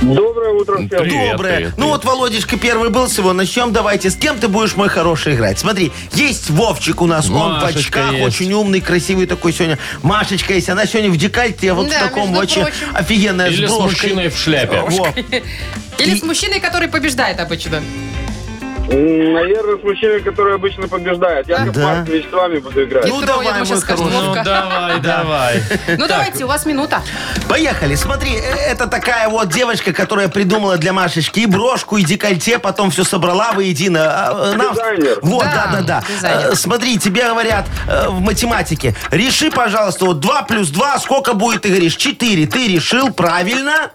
[SPEAKER 6] Доброе утро всем.
[SPEAKER 2] Привет,
[SPEAKER 4] Доброе.
[SPEAKER 2] привет,
[SPEAKER 4] ну
[SPEAKER 2] привет.
[SPEAKER 4] вот Володечка первый был, с его начнем. Давайте, с кем ты будешь, мой хороший, играть? Смотри, есть Вовчик у нас, он в
[SPEAKER 2] Машечка
[SPEAKER 4] очках,
[SPEAKER 2] есть.
[SPEAKER 4] очень умный, красивый такой сегодня. Машечка есть, она сегодня в декольте, вот
[SPEAKER 3] Да,
[SPEAKER 4] в таком
[SPEAKER 3] между
[SPEAKER 4] очень
[SPEAKER 3] прочим.
[SPEAKER 4] офигенная
[SPEAKER 2] Или с
[SPEAKER 4] брошкой.
[SPEAKER 2] мужчиной в шляпе.
[SPEAKER 4] Во.
[SPEAKER 3] Или
[SPEAKER 4] И- Ну,
[SPEAKER 3] с мужчиной, который побеждает обычно.
[SPEAKER 6] М, Наверное, с мужчиной, который обычно побеждает. Яков
[SPEAKER 4] Да.
[SPEAKER 6] Маркович с вами буду играть.
[SPEAKER 4] Ну,
[SPEAKER 3] Петро,
[SPEAKER 4] давай,
[SPEAKER 3] я думаю,
[SPEAKER 4] мой
[SPEAKER 3] сейчас скажет
[SPEAKER 4] хороший.
[SPEAKER 2] Ну
[SPEAKER 3] Вовка.
[SPEAKER 2] давай, давай.
[SPEAKER 3] Ну давайте, у вас минута.
[SPEAKER 4] Поехали, смотри, э, это такая вот девочка, которая придумала для Машечки и брошку, и декольте, потом все собрала воедино. А, э, нам-
[SPEAKER 6] Дизайнер.
[SPEAKER 4] Вот,
[SPEAKER 3] Да,
[SPEAKER 4] да, да, да.
[SPEAKER 3] дизайнер.
[SPEAKER 4] Э, Смотри, тебе говорят э, в математике, реши, пожалуйста, вот 2 плюс 2, сколько будет, ты говоришь, 4. Ты решил правильно?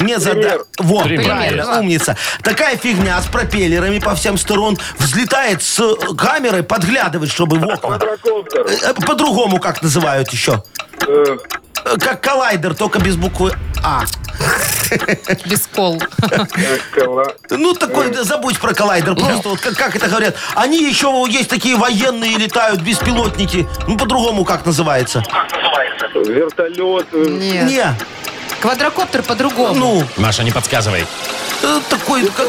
[SPEAKER 4] Мне зада... Вот,
[SPEAKER 2] Пример
[SPEAKER 4] правильно,
[SPEAKER 3] есть.
[SPEAKER 4] умница. Такая фигня с пропеллерами по всем сторон взлетает с э, камерой, подглядывает, чтобы в окна.
[SPEAKER 6] Квадрокоптер.
[SPEAKER 4] Э, По-другому как называют еще.
[SPEAKER 6] Э,
[SPEAKER 4] Э, Как коллайдер, только без буквы А.
[SPEAKER 3] Без кол.
[SPEAKER 6] э, кола-
[SPEAKER 4] Ну, такой, да, забудь про коллайдер. Просто вот как, как это говорят. Они еще вот, есть такие военные летают, беспилотники. Ну, по-другому как называется.
[SPEAKER 6] Вертолет. э,
[SPEAKER 3] Нет.
[SPEAKER 4] Не,
[SPEAKER 3] Квадрокоптер по-другому.
[SPEAKER 4] ну,
[SPEAKER 2] Маша, не подсказывай.
[SPEAKER 4] э, такой... Как...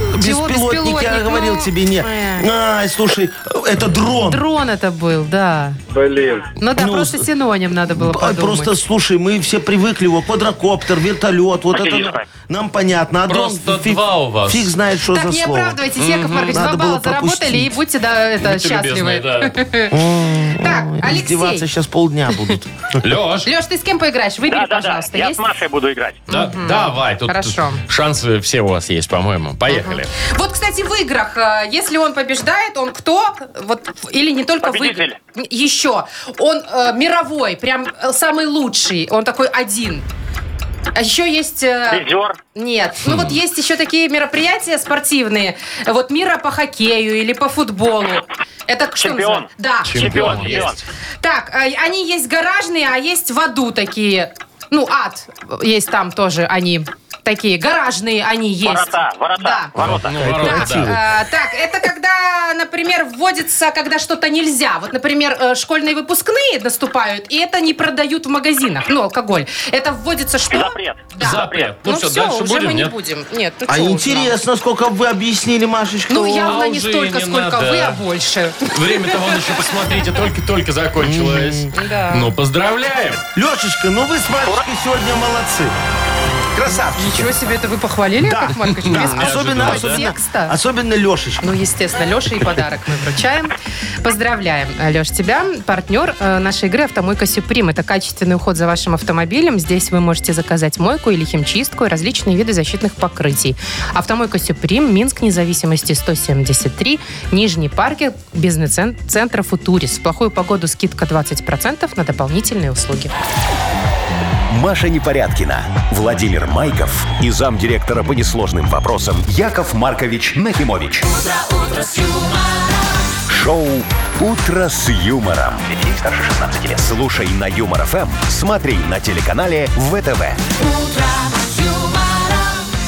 [SPEAKER 3] Ну, Чего
[SPEAKER 4] Беспилотник, я
[SPEAKER 3] беспилотник?
[SPEAKER 4] говорил
[SPEAKER 3] Ну,
[SPEAKER 4] тебе, не.
[SPEAKER 3] э.
[SPEAKER 4] Ай, слушай, э, это дрон.
[SPEAKER 3] Дрон это был, да.
[SPEAKER 6] Блин.
[SPEAKER 3] Ну да,
[SPEAKER 4] Ну,
[SPEAKER 3] просто синоним надо было
[SPEAKER 4] Ай,
[SPEAKER 3] подумать.
[SPEAKER 4] Просто, слушай, мы все привыкли, вот квадрокоптер, вертолет, вот это на- нам понятно. А дрон
[SPEAKER 2] Просто
[SPEAKER 4] фиг,
[SPEAKER 2] два у вас.
[SPEAKER 4] фиг знает, что
[SPEAKER 3] Так,
[SPEAKER 4] за
[SPEAKER 3] не
[SPEAKER 4] слово.
[SPEAKER 3] оправдывайтесь, Яков Маркович, два
[SPEAKER 4] Надо
[SPEAKER 3] балла
[SPEAKER 4] было
[SPEAKER 3] заработали
[SPEAKER 4] пропустить.
[SPEAKER 3] и будьте да, это,
[SPEAKER 2] Будьте любезны,
[SPEAKER 3] счастливы.
[SPEAKER 2] да.
[SPEAKER 3] Так,
[SPEAKER 4] Ой, Издеваться
[SPEAKER 3] Алексей.
[SPEAKER 4] сейчас полдня будут.
[SPEAKER 2] Леш,
[SPEAKER 3] Леш, ты с кем поиграешь? Выбери,
[SPEAKER 6] Да, да, да.
[SPEAKER 3] пожалуйста.
[SPEAKER 6] Я
[SPEAKER 3] есть?
[SPEAKER 6] с Машей буду играть.
[SPEAKER 2] да- давай. Тут
[SPEAKER 3] Хорошо.
[SPEAKER 2] Шансы все у вас есть, по-моему. Поехали.
[SPEAKER 3] Вот, кстати, в играх, э, если он побеждает, он кто? Вот, или не только в играх.
[SPEAKER 6] Победитель.
[SPEAKER 3] Еще. Он э, мировой, прям э, самый лучший. Он такой один. А еще есть... э,
[SPEAKER 6] Призер.
[SPEAKER 3] Нет. Ну вот есть еще такие мероприятия спортивные. Вот мира по хоккею или по футболу. Это что
[SPEAKER 6] Чемпион.
[SPEAKER 3] называется? Да,
[SPEAKER 2] Чемпион
[SPEAKER 6] чемпион.
[SPEAKER 2] есть.
[SPEAKER 3] Так, э, они есть гаражные, а есть в аду такие. Ну, ад есть там тоже они. Такие гаражные они есть.
[SPEAKER 6] Ворота, ворота,
[SPEAKER 3] Да.
[SPEAKER 6] ворота.
[SPEAKER 2] Ну, ворота,
[SPEAKER 3] Так,
[SPEAKER 2] да.
[SPEAKER 3] э, так, это когда, например, вводится, когда что-то нельзя. Вот, например, э, школьные выпускные наступают, и это не продают в магазинах. Ну, алкоголь. Это вводится что?
[SPEAKER 6] Запрет.
[SPEAKER 3] Да.
[SPEAKER 2] Запрет. Ну
[SPEAKER 3] Ну,
[SPEAKER 2] всё,
[SPEAKER 3] все,
[SPEAKER 2] дальше
[SPEAKER 3] уже
[SPEAKER 2] будем,
[SPEAKER 3] мы не
[SPEAKER 2] нет?
[SPEAKER 3] будем. Нет, ну
[SPEAKER 4] А
[SPEAKER 3] чё уж нам.
[SPEAKER 4] интересно, сколько вы объяснили, Машечка.
[SPEAKER 3] Ну,
[SPEAKER 4] О,
[SPEAKER 3] явно
[SPEAKER 2] А
[SPEAKER 3] не
[SPEAKER 2] уже и
[SPEAKER 3] столько,
[SPEAKER 2] не
[SPEAKER 3] сколько
[SPEAKER 2] надо.
[SPEAKER 3] вы, а больше.
[SPEAKER 2] Время того еще посмотрите, только-только закончилось.
[SPEAKER 3] Да.
[SPEAKER 2] Ну, поздравляем.
[SPEAKER 4] Лешечка, ну вы с Машечкой сегодня молодцы. Красавчики.
[SPEAKER 3] Ничего себе, это вы похвалили,
[SPEAKER 4] Да.
[SPEAKER 3] Яков Маркович?
[SPEAKER 4] Да,
[SPEAKER 3] Без
[SPEAKER 4] Особенно,
[SPEAKER 3] какого-то
[SPEAKER 4] особенно,
[SPEAKER 3] текста.
[SPEAKER 4] особенно Лешечка.
[SPEAKER 3] Ну, естественно, Леша и подарок мы вручаем. Поздравляем, Леш, тебя. Партнер э, нашей игры «Автомойка Сюприм». Это качественный уход за вашим автомобилем. Здесь вы можете заказать мойку или химчистку и различные виды защитных покрытий. «Автомойка Сюприм», Минск, независимости 173, Нижний паркинг, бизнес-центр «Футурис». В плохую погоду скидка 20% на дополнительные услуги.
[SPEAKER 1] Маша Непорядкина, Владимир Майков и замдиректора по несложным вопросам Яков Маркович Нахимович. Шоу Утро с юмором. Для детей старше 16 лет. Слушай на юмор ФМ, смотри на телеканале ВТВ.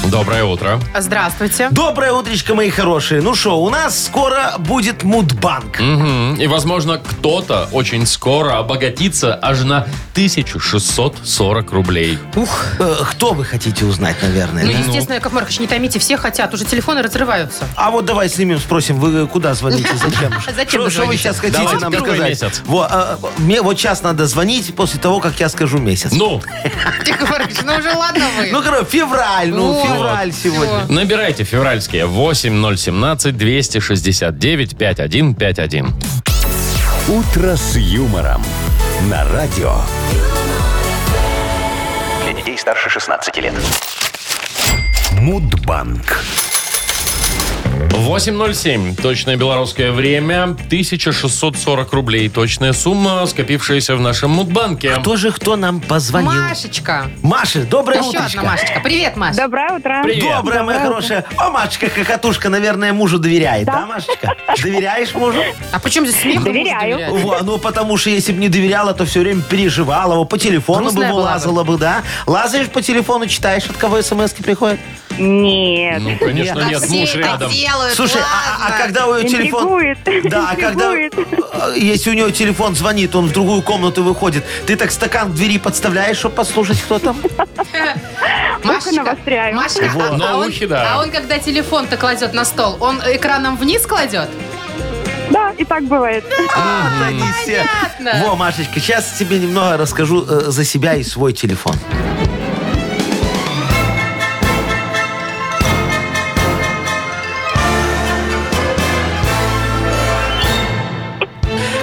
[SPEAKER 2] Доброе утро.
[SPEAKER 3] Здравствуйте.
[SPEAKER 4] Доброе утречко, мои хорошие. Ну что, у нас скоро будет мудбанк.
[SPEAKER 2] Мгм. И, возможно, кто-то очень скоро обогатится аж на 1640 рублей.
[SPEAKER 4] Ух. Э, Кто вы хотите узнать, наверное?
[SPEAKER 3] Ну,
[SPEAKER 4] да?
[SPEAKER 3] естественно, Яков Маркович, не томите, все хотят. Уже телефоны разрываются.
[SPEAKER 4] А вот давай снимем, спросим, вы куда звоните, зачем?
[SPEAKER 3] Зачем
[SPEAKER 4] Что-
[SPEAKER 3] вы
[SPEAKER 4] Что вы
[SPEAKER 3] звоните?
[SPEAKER 4] сейчас хотите
[SPEAKER 2] Давайте
[SPEAKER 4] нам
[SPEAKER 2] первый
[SPEAKER 4] сказать?
[SPEAKER 2] месяц.
[SPEAKER 4] Во, а, мне вот сейчас надо звонить после того, как я скажу месяц.
[SPEAKER 2] Ну,
[SPEAKER 3] Яков Маркович, ну уже ладно вы.
[SPEAKER 4] Ну, короче, февраль, ну,
[SPEAKER 3] Вот.
[SPEAKER 4] февраль сегодня.
[SPEAKER 2] набирайте февральские 8017-269-5151.
[SPEAKER 1] Утро с юмором. На радио.
[SPEAKER 5] Для детей старше 16 лет.
[SPEAKER 1] Мудбанк.
[SPEAKER 2] 8.07. Точное белорусское время. 1640 рублей. Точная сумма, скопившаяся в нашем мудбанке.
[SPEAKER 4] Кто же кто нам позвонил?
[SPEAKER 3] Машечка.
[SPEAKER 4] Маша, доброе
[SPEAKER 3] Еще
[SPEAKER 4] утречко.
[SPEAKER 3] одна Машечка. Привет, Маша.
[SPEAKER 7] Доброе утро.
[SPEAKER 2] Привет.
[SPEAKER 4] Доброе, моя хорошая. О, Машечка, какатушка, наверное, мужу доверяет, да, Машечка? Доверяешь мужу?
[SPEAKER 3] А почему здесь смех?
[SPEAKER 7] Доверяю.
[SPEAKER 4] Во, ну, потому что если бы не доверяла, то все время переживала, его по телефону бы
[SPEAKER 3] Грустная
[SPEAKER 4] его
[SPEAKER 3] была бы.
[SPEAKER 4] лазала бы, да? Лазаешь по телефону, читаешь, от кого смс приходят?
[SPEAKER 7] Нет.
[SPEAKER 2] Ну, конечно, нет, муж рядом.
[SPEAKER 3] делают,
[SPEAKER 4] Слушай, а, а когда у нее телефон...
[SPEAKER 7] Интригует.
[SPEAKER 4] Да, а когда...
[SPEAKER 7] Интригует.
[SPEAKER 4] э, Если у нее телефон звонит, он в другую комнату выходит, ты так стакан в двери подставляешь, чтобы послушать, кто там?
[SPEAKER 7] Ухо навостряю.
[SPEAKER 3] Машечка,
[SPEAKER 2] Вот.
[SPEAKER 3] а,
[SPEAKER 2] На
[SPEAKER 3] а он,
[SPEAKER 2] ухе, да.
[SPEAKER 3] а он когда телефон-то кладет на стол, он экраном вниз кладет?
[SPEAKER 7] Да, и так бывает.
[SPEAKER 4] Да не все.
[SPEAKER 3] понятно.
[SPEAKER 4] Во, Машечка, сейчас тебе немного расскажу э, за себя и свой телефон.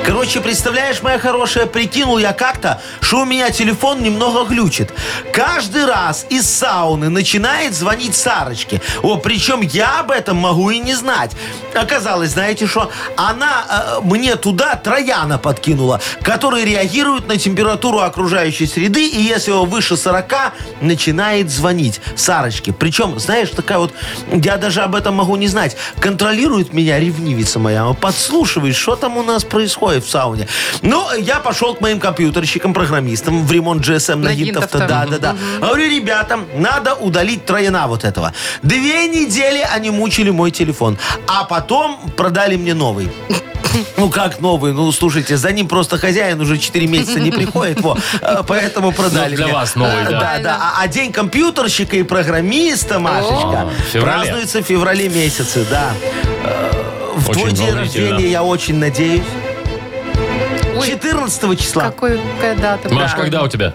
[SPEAKER 4] Короче, представляешь, моя хорошая, прикинул я как-то, что у меня телефон немного глючит. Каждый раз из сауны начинает звонить Сарочке. О, причем я об этом могу и не знать. Оказалось, знаете что? Она э, мне туда трояна подкинула, который реагирует на температуру окружающей среды, и если он выше 40, начинает звонить Сарочке. Причем, знаешь, такая вот, я даже об этом могу не знать, контролирует меня ревнивица моя, подслушивает, что там у нас происходит в сауне. Ну, я пошел к моим компьютерщикам, программистам в ремонт GSM на
[SPEAKER 3] На
[SPEAKER 4] гинтов-то,
[SPEAKER 3] гинтов-то.
[SPEAKER 4] да, да, да. Говорю, ребятам, надо удалить троена вот этого. Две недели они мучили мой телефон, а потом продали мне новый. Ну как новый? Ну слушайте, за ним просто хозяин уже 4 месяца не приходит, во. Э, поэтому продали.
[SPEAKER 2] Ну, для
[SPEAKER 4] мне.
[SPEAKER 2] вас новый,
[SPEAKER 4] Э,
[SPEAKER 2] да.
[SPEAKER 4] Да, да. А, а день компьютерщика и программиста, Машечка,
[SPEAKER 2] в феврале.
[SPEAKER 4] празднуется в феврале месяце, да. Э, В
[SPEAKER 2] Очень
[SPEAKER 4] твой день
[SPEAKER 2] волнительно.
[SPEAKER 4] рождения я очень надеюсь.
[SPEAKER 3] Ой.
[SPEAKER 4] 14 числа.
[SPEAKER 3] Какой, какая дата?
[SPEAKER 2] Маш,
[SPEAKER 3] Да.
[SPEAKER 2] когда у тебя?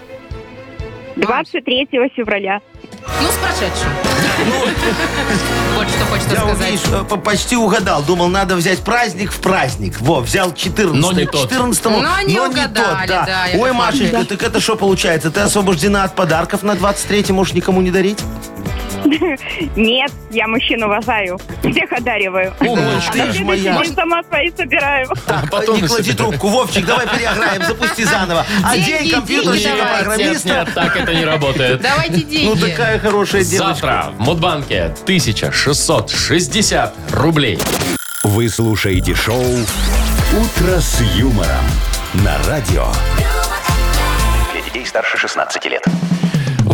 [SPEAKER 7] 23 февраля.
[SPEAKER 3] Ну, с прошедшим. Вот что хочется
[SPEAKER 4] Я вот,
[SPEAKER 3] сказать.
[SPEAKER 4] видишь, э, по- почти угадал. Думал, надо взять праздник в праздник. Во, взял 14
[SPEAKER 2] Но не
[SPEAKER 4] к
[SPEAKER 2] тот.
[SPEAKER 4] 14
[SPEAKER 3] Но не угадали,
[SPEAKER 4] да.
[SPEAKER 3] да, Яков
[SPEAKER 4] Ой,
[SPEAKER 3] Маркович.
[SPEAKER 4] Машечка, так это что получается? Ты освобождена от подарков на 23 можешь никому не дарить?
[SPEAKER 7] Нет, я мужчин уважаю. Всех одариваю. А
[SPEAKER 2] Умничка.
[SPEAKER 7] на
[SPEAKER 4] Ты ж
[SPEAKER 7] следующий
[SPEAKER 4] моя.
[SPEAKER 7] день сама свои собираю.
[SPEAKER 2] А
[SPEAKER 4] не
[SPEAKER 2] на
[SPEAKER 4] клади
[SPEAKER 2] себя.
[SPEAKER 4] трубку, Вовчик, давай переиграем, запусти заново. А
[SPEAKER 3] Деньги,
[SPEAKER 4] день
[SPEAKER 3] деньги
[SPEAKER 4] компьютерщика,
[SPEAKER 3] давайте.
[SPEAKER 2] Нет,
[SPEAKER 4] программиста.
[SPEAKER 2] нет, так это не работает.
[SPEAKER 3] Давайте деньги.
[SPEAKER 4] Ну, такая хорошая девочка.
[SPEAKER 2] Завтра в Мудбанке 1660 рублей.
[SPEAKER 1] Вы слушаете шоу «Утро с юмором» на радио.
[SPEAKER 5] Для детей старше 16 лет.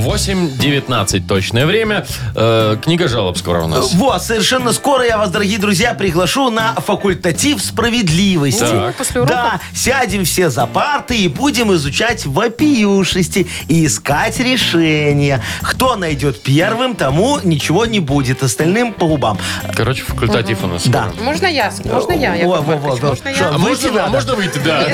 [SPEAKER 2] 8.19 точное время. Э, книга жалоб скоро у нас.
[SPEAKER 4] Вот, совершенно скоро я вас, дорогие друзья, приглашу на факультатив справедливости.
[SPEAKER 2] Так.
[SPEAKER 3] Типа После уроков?
[SPEAKER 4] Да, сядем все за парты и будем изучать вопиюшести и искать решения. Кто найдет первым, тому ничего не будет, остальным по губам.
[SPEAKER 2] Короче, факультатив у нас.
[SPEAKER 4] Да.
[SPEAKER 3] Можно я? Можно я,
[SPEAKER 4] Во,
[SPEAKER 3] Яков
[SPEAKER 4] во, во,
[SPEAKER 3] Маркович?
[SPEAKER 4] во.
[SPEAKER 3] Можно я?
[SPEAKER 4] Что,
[SPEAKER 2] А
[SPEAKER 4] выйти
[SPEAKER 2] можно, а
[SPEAKER 4] надо?
[SPEAKER 2] можно выйти, да.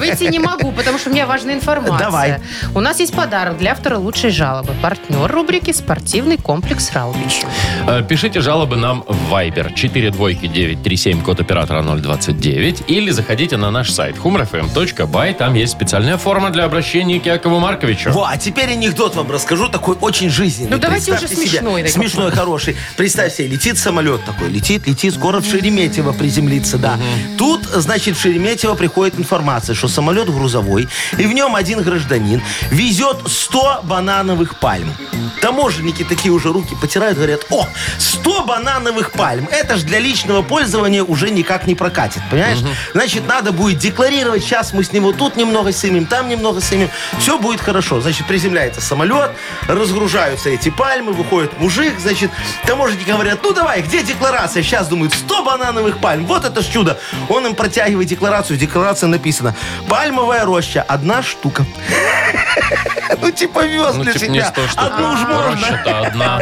[SPEAKER 3] Выйти не могу, потому что у меня важная информация.
[SPEAKER 4] Давай.
[SPEAKER 3] У нас есть подарок для автора лучшей жалобы. Партнер рубрики «Спортивный комплекс Раубич».
[SPEAKER 2] Э, Пишите жалобы нам в Viber 42937, код оператора 029, или заходите на наш сайт humorfm.by, там есть специальная форма для обращения к Якову Марковичу.
[SPEAKER 4] Во, а теперь анекдот вам расскажу, такой очень жизненный.
[SPEAKER 3] Ну, давайте
[SPEAKER 4] Представьте
[SPEAKER 3] уже
[SPEAKER 4] себе.
[SPEAKER 3] смешной, Яков
[SPEAKER 4] Смешной, хороший. Представь себе, летит самолет такой, летит, летит, скоро в Шереметьево приземлится, да. Тут, значит, в Шереметьево приходит информация, что самолет грузовой, и в нем один гражданин везет 100 банановых пальм. Таможенники такие уже руки потирают, говорят, о, 100 банановых пальм, это ж для личного пользования уже никак не прокатит, понимаешь? Значит, надо будет декларировать, сейчас мы с него тут немного сымем, там немного сымем, все будет хорошо. Значит, приземляется самолет, разгружаются эти пальмы, выходит мужик, значит, таможенники говорят, ну давай, где декларация? Сейчас думают, 100 банановых пальм, вот это ж чудо. Он им протягивает декларацию, декларация написана, пальмовая роща, одна штука. Ну, типа вез
[SPEAKER 2] Ну,
[SPEAKER 4] для
[SPEAKER 2] типа не
[SPEAKER 4] себя.
[SPEAKER 2] 100 штук.
[SPEAKER 4] Одну уж можно. Ну,
[SPEAKER 2] Роща-то одна.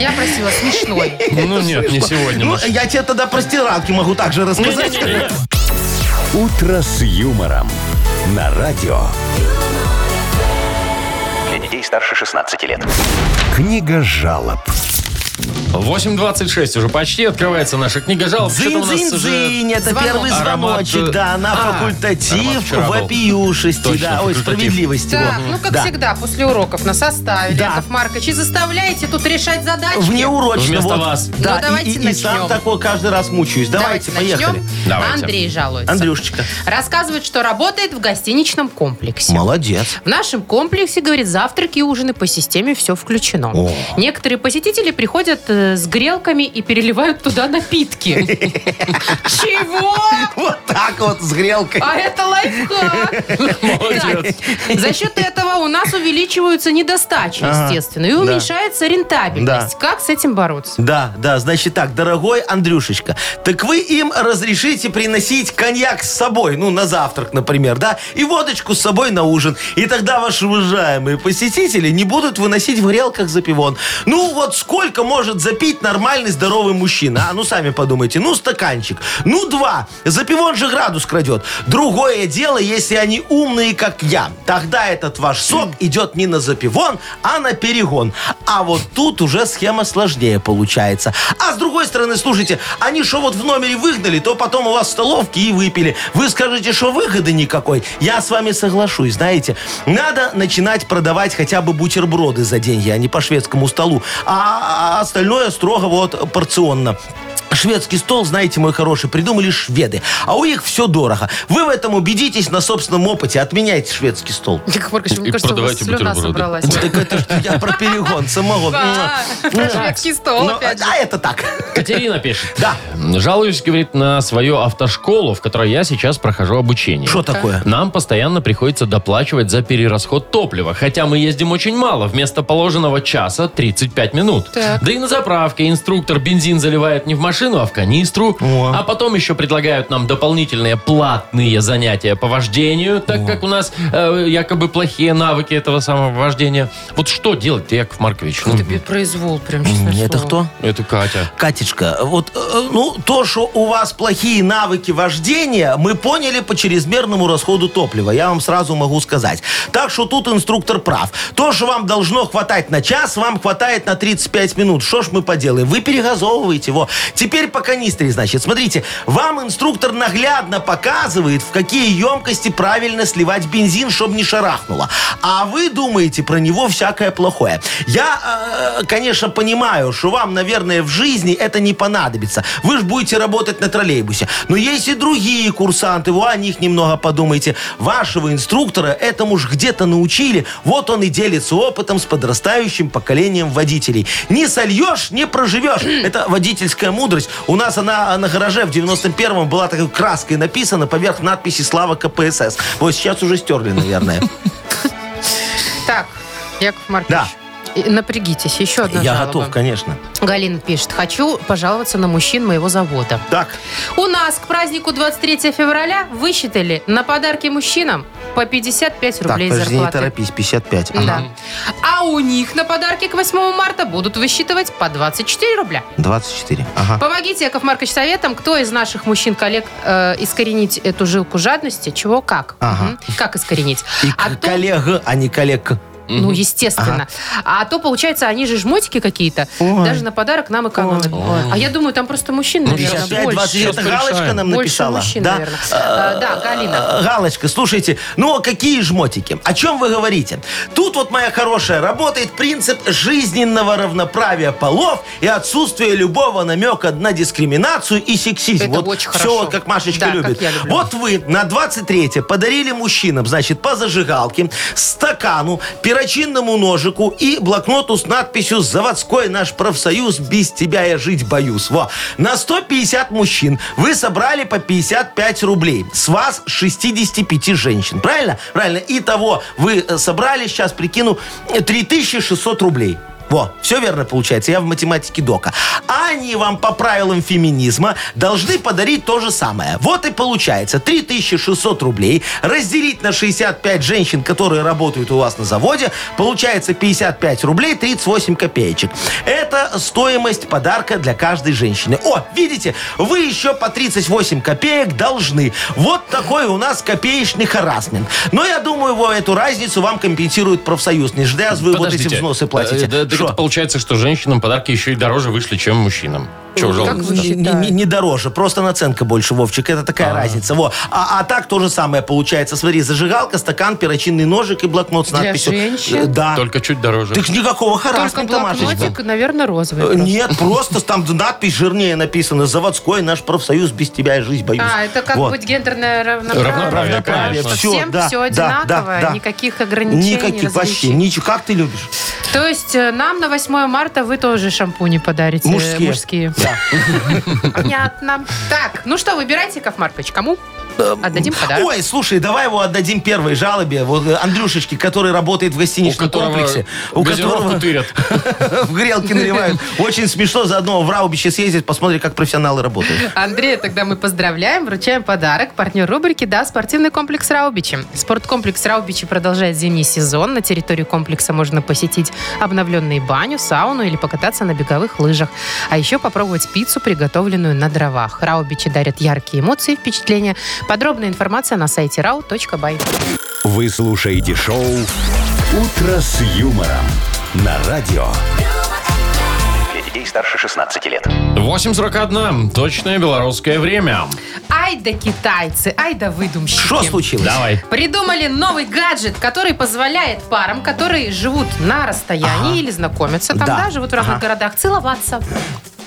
[SPEAKER 3] Я просила смешной.
[SPEAKER 2] Ну нет, не сегодня.
[SPEAKER 4] Ну,
[SPEAKER 2] Маш.
[SPEAKER 4] я тебе тогда про стиралки могу также рассказать.
[SPEAKER 2] Не-не-не.
[SPEAKER 1] «Утро с юмором» на радио.
[SPEAKER 5] Для детей старше 16 лет.
[SPEAKER 1] Книга жалоб.
[SPEAKER 2] 8.26 уже почти открывается наша книга жалоб. Что-то у нас уже...
[SPEAKER 4] Дзынь-дзынь-дзынь, это
[SPEAKER 3] звонок.
[SPEAKER 4] первый
[SPEAKER 2] Аромат,
[SPEAKER 4] звоночек,
[SPEAKER 2] э,
[SPEAKER 4] да, на
[SPEAKER 2] а, аромат
[SPEAKER 4] факультатив
[SPEAKER 2] вчера был.
[SPEAKER 4] вопиюшести,
[SPEAKER 2] Точно,
[SPEAKER 4] да, ой,
[SPEAKER 2] факультатив.
[SPEAKER 4] справедливости.
[SPEAKER 3] Да,
[SPEAKER 4] во.
[SPEAKER 3] ну как
[SPEAKER 4] Да.
[SPEAKER 3] всегда, после уроков нас оставили,
[SPEAKER 4] Да.
[SPEAKER 3] Яков Маркович, и заставляете тут решать задачки.
[SPEAKER 4] Внеурочно.
[SPEAKER 2] Вместо
[SPEAKER 4] вот.
[SPEAKER 2] вас.
[SPEAKER 4] Да,
[SPEAKER 3] Ну, давайте
[SPEAKER 4] и, и- и
[SPEAKER 3] начнем.
[SPEAKER 4] сам такой каждый раз мучаюсь. Давайте, поехали.
[SPEAKER 3] начнем.
[SPEAKER 2] Давайте.
[SPEAKER 3] Андрей жалуется.
[SPEAKER 4] Андрюшечка.
[SPEAKER 3] Рассказывает, что работает в гостиничном комплексе.
[SPEAKER 4] Молодец.
[SPEAKER 3] В нашем комплексе, говорит, завтраки и ужины по системе все включено.
[SPEAKER 4] О.
[SPEAKER 3] Некоторые посетители приходят ходят э, с грелками и переливают туда напитки. Чего?
[SPEAKER 4] Вот так вот с грелкой.
[SPEAKER 3] А это лайфхак.
[SPEAKER 2] Молодец.
[SPEAKER 3] Так, За счет этого у нас увеличиваются недостачи,
[SPEAKER 4] Ага.
[SPEAKER 3] естественно, и
[SPEAKER 4] Да.
[SPEAKER 3] уменьшается рентабельность. Как с этим бороться?
[SPEAKER 4] Да, да, значит так, дорогой Андрюшечка, так вы им разрешите приносить коньяк с собой, ну, на завтрак, например, да, и водочку с собой на ужин. И тогда ваши уважаемые посетители не будут выносить в грелках запивон. Ну, вот сколько может запить нормальный здоровый мужчина, а? Ну, сами подумайте, ну, стаканчик, ну, два. Запивон же градус крадет. Другое дело, если они умные, как я. Тогда этот ваш сок идет не на запивон, а на перегон. А вот тут уже схема сложнее получается. А с другой стороны, слушайте, они что вот в номере выгнали, то потом у вас в столовке и выпили. Вы скажете, что выгоды никакой. Я с вами соглашусь, знаете. Надо начинать продавать хотя бы бутерброды за деньги, а не по шведскому столу. А остальное строго вот порционно. Шведский стол, знаете, мой хороший, придумали шведы. А у них все дорого. Вы в этом убедитесь на собственном опыте. Отменяйте шведский стол.
[SPEAKER 3] Яков Маркович, мне
[SPEAKER 2] И
[SPEAKER 3] кажется, у вас
[SPEAKER 2] продавайте
[SPEAKER 3] слюна
[SPEAKER 2] бутерброды.
[SPEAKER 3] собралась.
[SPEAKER 4] Так это ж я про перегон, самогон.
[SPEAKER 3] А, про шведский стол
[SPEAKER 4] Ну,
[SPEAKER 3] опять же.
[SPEAKER 4] а это так.
[SPEAKER 2] Катерина пишет.
[SPEAKER 4] Да.
[SPEAKER 2] Жалуюсь, говорит, на свою автошколу, в которой я сейчас прохожу обучение.
[SPEAKER 4] Что такое?
[SPEAKER 2] Нам постоянно приходится доплачивать за перерасход топлива, хотя мы ездим очень мало, вместо положенного часа 35 минут.
[SPEAKER 3] Так.
[SPEAKER 2] Да и на заправке инструктор бензин заливает не в машину, а в канистру,
[SPEAKER 4] О.
[SPEAKER 2] а потом еще предлагают нам дополнительные платные занятия по вождению, так как у нас э, якобы плохие навыки этого самого вождения. Вот что делать, Яков Маркович? Ну,
[SPEAKER 3] Тебе произвол, прям честное
[SPEAKER 4] Это
[SPEAKER 3] слово.
[SPEAKER 4] кто?
[SPEAKER 2] это Катя.
[SPEAKER 4] Катечка, вот, э, ну, то, что у вас плохие навыки вождения, мы поняли по чрезмерному расходу топлива. Я вам сразу могу сказать. Так что тут инструктор прав. То, что вам должно хватать на час, вам хватает на 35 минут. Что ж мы поделаем? Вы перегазовываете его. Теперь по канистре, значит. Смотрите, вам инструктор наглядно показывает, в какие емкости правильно сливать бензин, чтобы не шарахнуло. А вы думаете про него всякое плохое. Я, э, конечно, понимаю, что вам, наверное, в жизни это не понадобится. Вы же будете работать на троллейбусе. Но есть и другие курсанты, вы о них немного подумайте. Вашего инструктора этому ж где-то научили. Вот он и делится опытом с подрастающим поколением водителей. Не сольешь, не проживешь. Это водительская мудрость. У нас она э, на гараже в 91-м была такой краской написана поверх надписи «Слава КПСС». Вот сейчас уже стерли, наверное.
[SPEAKER 3] Так, Яков Маркович. и- Напрягитесь, еще одна
[SPEAKER 4] Я
[SPEAKER 3] жалоба.
[SPEAKER 4] готов, конечно.
[SPEAKER 3] Галина пишет, хочу пожаловаться на мужчин моего завода.
[SPEAKER 4] Так,
[SPEAKER 3] У нас к празднику 23 февраля высчитали на подарки мужчинам по 55
[SPEAKER 4] так,
[SPEAKER 3] рублей
[SPEAKER 4] подожди, не
[SPEAKER 3] зарплаты.
[SPEAKER 4] торопись, 55.
[SPEAKER 3] Да.
[SPEAKER 4] Ага.
[SPEAKER 3] А у них на подарки к 8 марта будут высчитывать по 24 рубля.
[SPEAKER 4] 24. Ага.
[SPEAKER 3] Помогите, Яков Маркович, советом, кто из наших мужчин-коллег э, искоренить эту жилку жадности, чего как.
[SPEAKER 4] Ага.
[SPEAKER 3] Мгм. Как искоренить?
[SPEAKER 4] И
[SPEAKER 3] А то-
[SPEAKER 4] коллега, а не коллега.
[SPEAKER 3] Ну, естественно. А то, получается, они же жмотики какие-то.
[SPEAKER 4] Ой. Ну,
[SPEAKER 3] Даже на подарок нам экономят. А я думаю, там просто мужчин, наверное,
[SPEAKER 4] 55,
[SPEAKER 3] Ну, больше.
[SPEAKER 4] 20, это Галочка нам
[SPEAKER 3] Больше
[SPEAKER 4] написала.
[SPEAKER 3] мужчин,
[SPEAKER 4] да?
[SPEAKER 3] наверное. А, да, Галина.
[SPEAKER 4] Э, Галочка, слушайте, ну какие жмотики? О чем вы говорите? Тут вот, моя хорошая, работает принцип жизненного равноправия полов и отсутствие любого намека на дискриминацию и сексизм.
[SPEAKER 3] Это
[SPEAKER 4] вот
[SPEAKER 3] очень
[SPEAKER 4] все,
[SPEAKER 3] хорошо.
[SPEAKER 4] вот как Машечка
[SPEAKER 3] Да, как
[SPEAKER 4] любит.
[SPEAKER 3] я люблю.
[SPEAKER 4] Вот вы на 23-е подарили мужчинам, значит, по зажигалке, стакану, перочинному ножику и блокноту с надписью «Заводской наш профсоюз, без тебя я жить боюсь». Во. На 150 мужчин вы собрали по 55 рублей. С вас 65 женщин. Правильно? Правильно. Итого вы э, собрали, сейчас прикину, э, 3600 рублей. Во, все верно получается, я в математике дока. А Они вам по правилам феминизма должны подарить то же самое. Вот и получается 3600 рублей разделить на 65 женщин, которые работают у вас на заводе, получается 55 рублей 38 копеечек. Это стоимость подарка для каждой женщины. О, видите, вы еще по 38 копеек должны. Вот такой у нас копеечный харасмин. Но я думаю, во, эту разницу вам компенсирует профсоюз. Не ждя вы вот эти
[SPEAKER 2] Подождите.
[SPEAKER 4] взносы платите.
[SPEAKER 2] Э, да, так
[SPEAKER 4] Шо?
[SPEAKER 2] это получается, что женщинам подарки еще и дороже вышли, чем мужчинам.
[SPEAKER 4] Ну,
[SPEAKER 2] Чего
[SPEAKER 3] Как
[SPEAKER 2] жалко?
[SPEAKER 3] вы
[SPEAKER 4] Не, не-
[SPEAKER 3] считаете?
[SPEAKER 4] не дороже, просто наценка больше, Вовчик. Это такая разница. Во. А, а так то же самое получается. Смотри, зажигалка, стакан, перочинный ножик и блокнот с
[SPEAKER 3] Для
[SPEAKER 4] надписью.
[SPEAKER 3] женщин?
[SPEAKER 4] Э, Да.
[SPEAKER 2] Только чуть дороже.
[SPEAKER 4] Так никакого
[SPEAKER 3] Только
[SPEAKER 4] харасмента, Машечка.
[SPEAKER 3] блокнотик, наверное, розовый.
[SPEAKER 4] Э,
[SPEAKER 3] просто.
[SPEAKER 4] Нет, просто там надпись жирнее написана. Заводской наш профсоюз, без тебя я жизнь боюсь.
[SPEAKER 3] А, это как
[SPEAKER 4] Вот.
[SPEAKER 3] быть гендерное
[SPEAKER 2] Равноправие,
[SPEAKER 3] равноправие.
[SPEAKER 2] Равноправие, конечно.
[SPEAKER 4] всё,
[SPEAKER 3] Всем
[SPEAKER 4] да,
[SPEAKER 3] все
[SPEAKER 4] да,
[SPEAKER 3] одинаково,
[SPEAKER 4] да, да.
[SPEAKER 3] никаких ограничений,
[SPEAKER 4] Никаких вообще.
[SPEAKER 3] различий.
[SPEAKER 4] Ничего. Как ты любишь?
[SPEAKER 3] То есть э, нам на 8 марта вы тоже шампуни подарите. э,
[SPEAKER 4] Мужские.
[SPEAKER 3] Мужские. Понятно. Так, ну что, выбирайте, Яков Маркович, кому отдадим подарок.
[SPEAKER 4] Эм, Ой, слушай, давай его отдадим первой жалобе. Вот э, Андрюшечке, который работает в
[SPEAKER 2] у
[SPEAKER 4] гостиничном
[SPEAKER 2] которого
[SPEAKER 4] комплексе.
[SPEAKER 2] газировку тырят.
[SPEAKER 4] в грелки наливают. Очень смешно заодно в Раубиче съездить, посмотри, как профессионалы работают.
[SPEAKER 3] Андрея тогда мы поздравляем, вручаем подарок. Партнер рубрики «Да, спортивный комплекс Раубичи». Спорткомплекс Раубичи продолжает зимний сезон. На территории комплекса можно посетить обновленные баню, сауну или покататься на беговых лыжах. А еще попробовать пиццу, приготовленную на дровах. Раубичи дарят яркие эмоции и впечатления. Подробная информация на сайте rau.by.
[SPEAKER 1] Вы слушаете шоу «Утро с юмором» на радио.
[SPEAKER 5] Для детей старше 16 лет.
[SPEAKER 2] 8.41. Точное белорусское время.
[SPEAKER 3] Ай да китайцы, ай да выдумщики.
[SPEAKER 4] Что случилось?
[SPEAKER 2] Давай.
[SPEAKER 3] Придумали новый гаджет, который позволяет парам, которые живут на расстоянии или знакомятся там, да,
[SPEAKER 4] Да.
[SPEAKER 3] живут в разных
[SPEAKER 4] Ага.
[SPEAKER 3] городах, целоваться.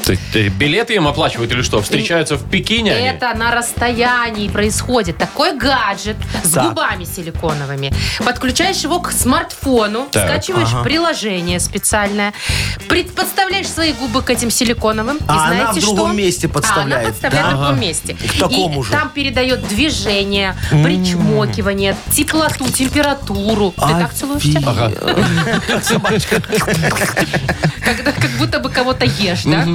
[SPEAKER 2] Ты- ты билеты им оплачивают или что? Встречаются в Пекине они?
[SPEAKER 3] Это на расстоянии происходит. Такой гаджет с
[SPEAKER 4] Так.
[SPEAKER 3] губами силиконовыми. Подключаешь его к смартфону,
[SPEAKER 2] Так,
[SPEAKER 3] скачиваешь
[SPEAKER 4] ага.
[SPEAKER 3] приложение специальное, пред- подставляешь свои губы к этим силиконовым. и
[SPEAKER 4] А она
[SPEAKER 3] знаете
[SPEAKER 4] в другом
[SPEAKER 3] что?
[SPEAKER 4] месте
[SPEAKER 3] А,
[SPEAKER 4] подставляет,
[SPEAKER 3] она подставляет
[SPEAKER 4] да?
[SPEAKER 3] в другом
[SPEAKER 4] Ага.
[SPEAKER 3] месте.
[SPEAKER 4] К такому
[SPEAKER 3] и
[SPEAKER 4] же.
[SPEAKER 3] там передает движение, причмокивание, теплоту, температуру. Ты так целуешься?
[SPEAKER 4] Ага.
[SPEAKER 3] Когда как будто бы кого-то ешь, да?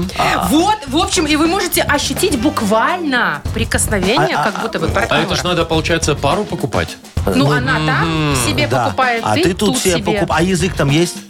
[SPEAKER 3] Вот, в общем, и вы можете ощутить буквально прикосновение, как будто бы
[SPEAKER 2] А это ж
[SPEAKER 3] партнера.
[SPEAKER 2] надо, получается, пару покупать.
[SPEAKER 3] Ну, она там себе
[SPEAKER 4] Да.
[SPEAKER 3] покупает,
[SPEAKER 4] а ты тут себе покуп... А язык там есть?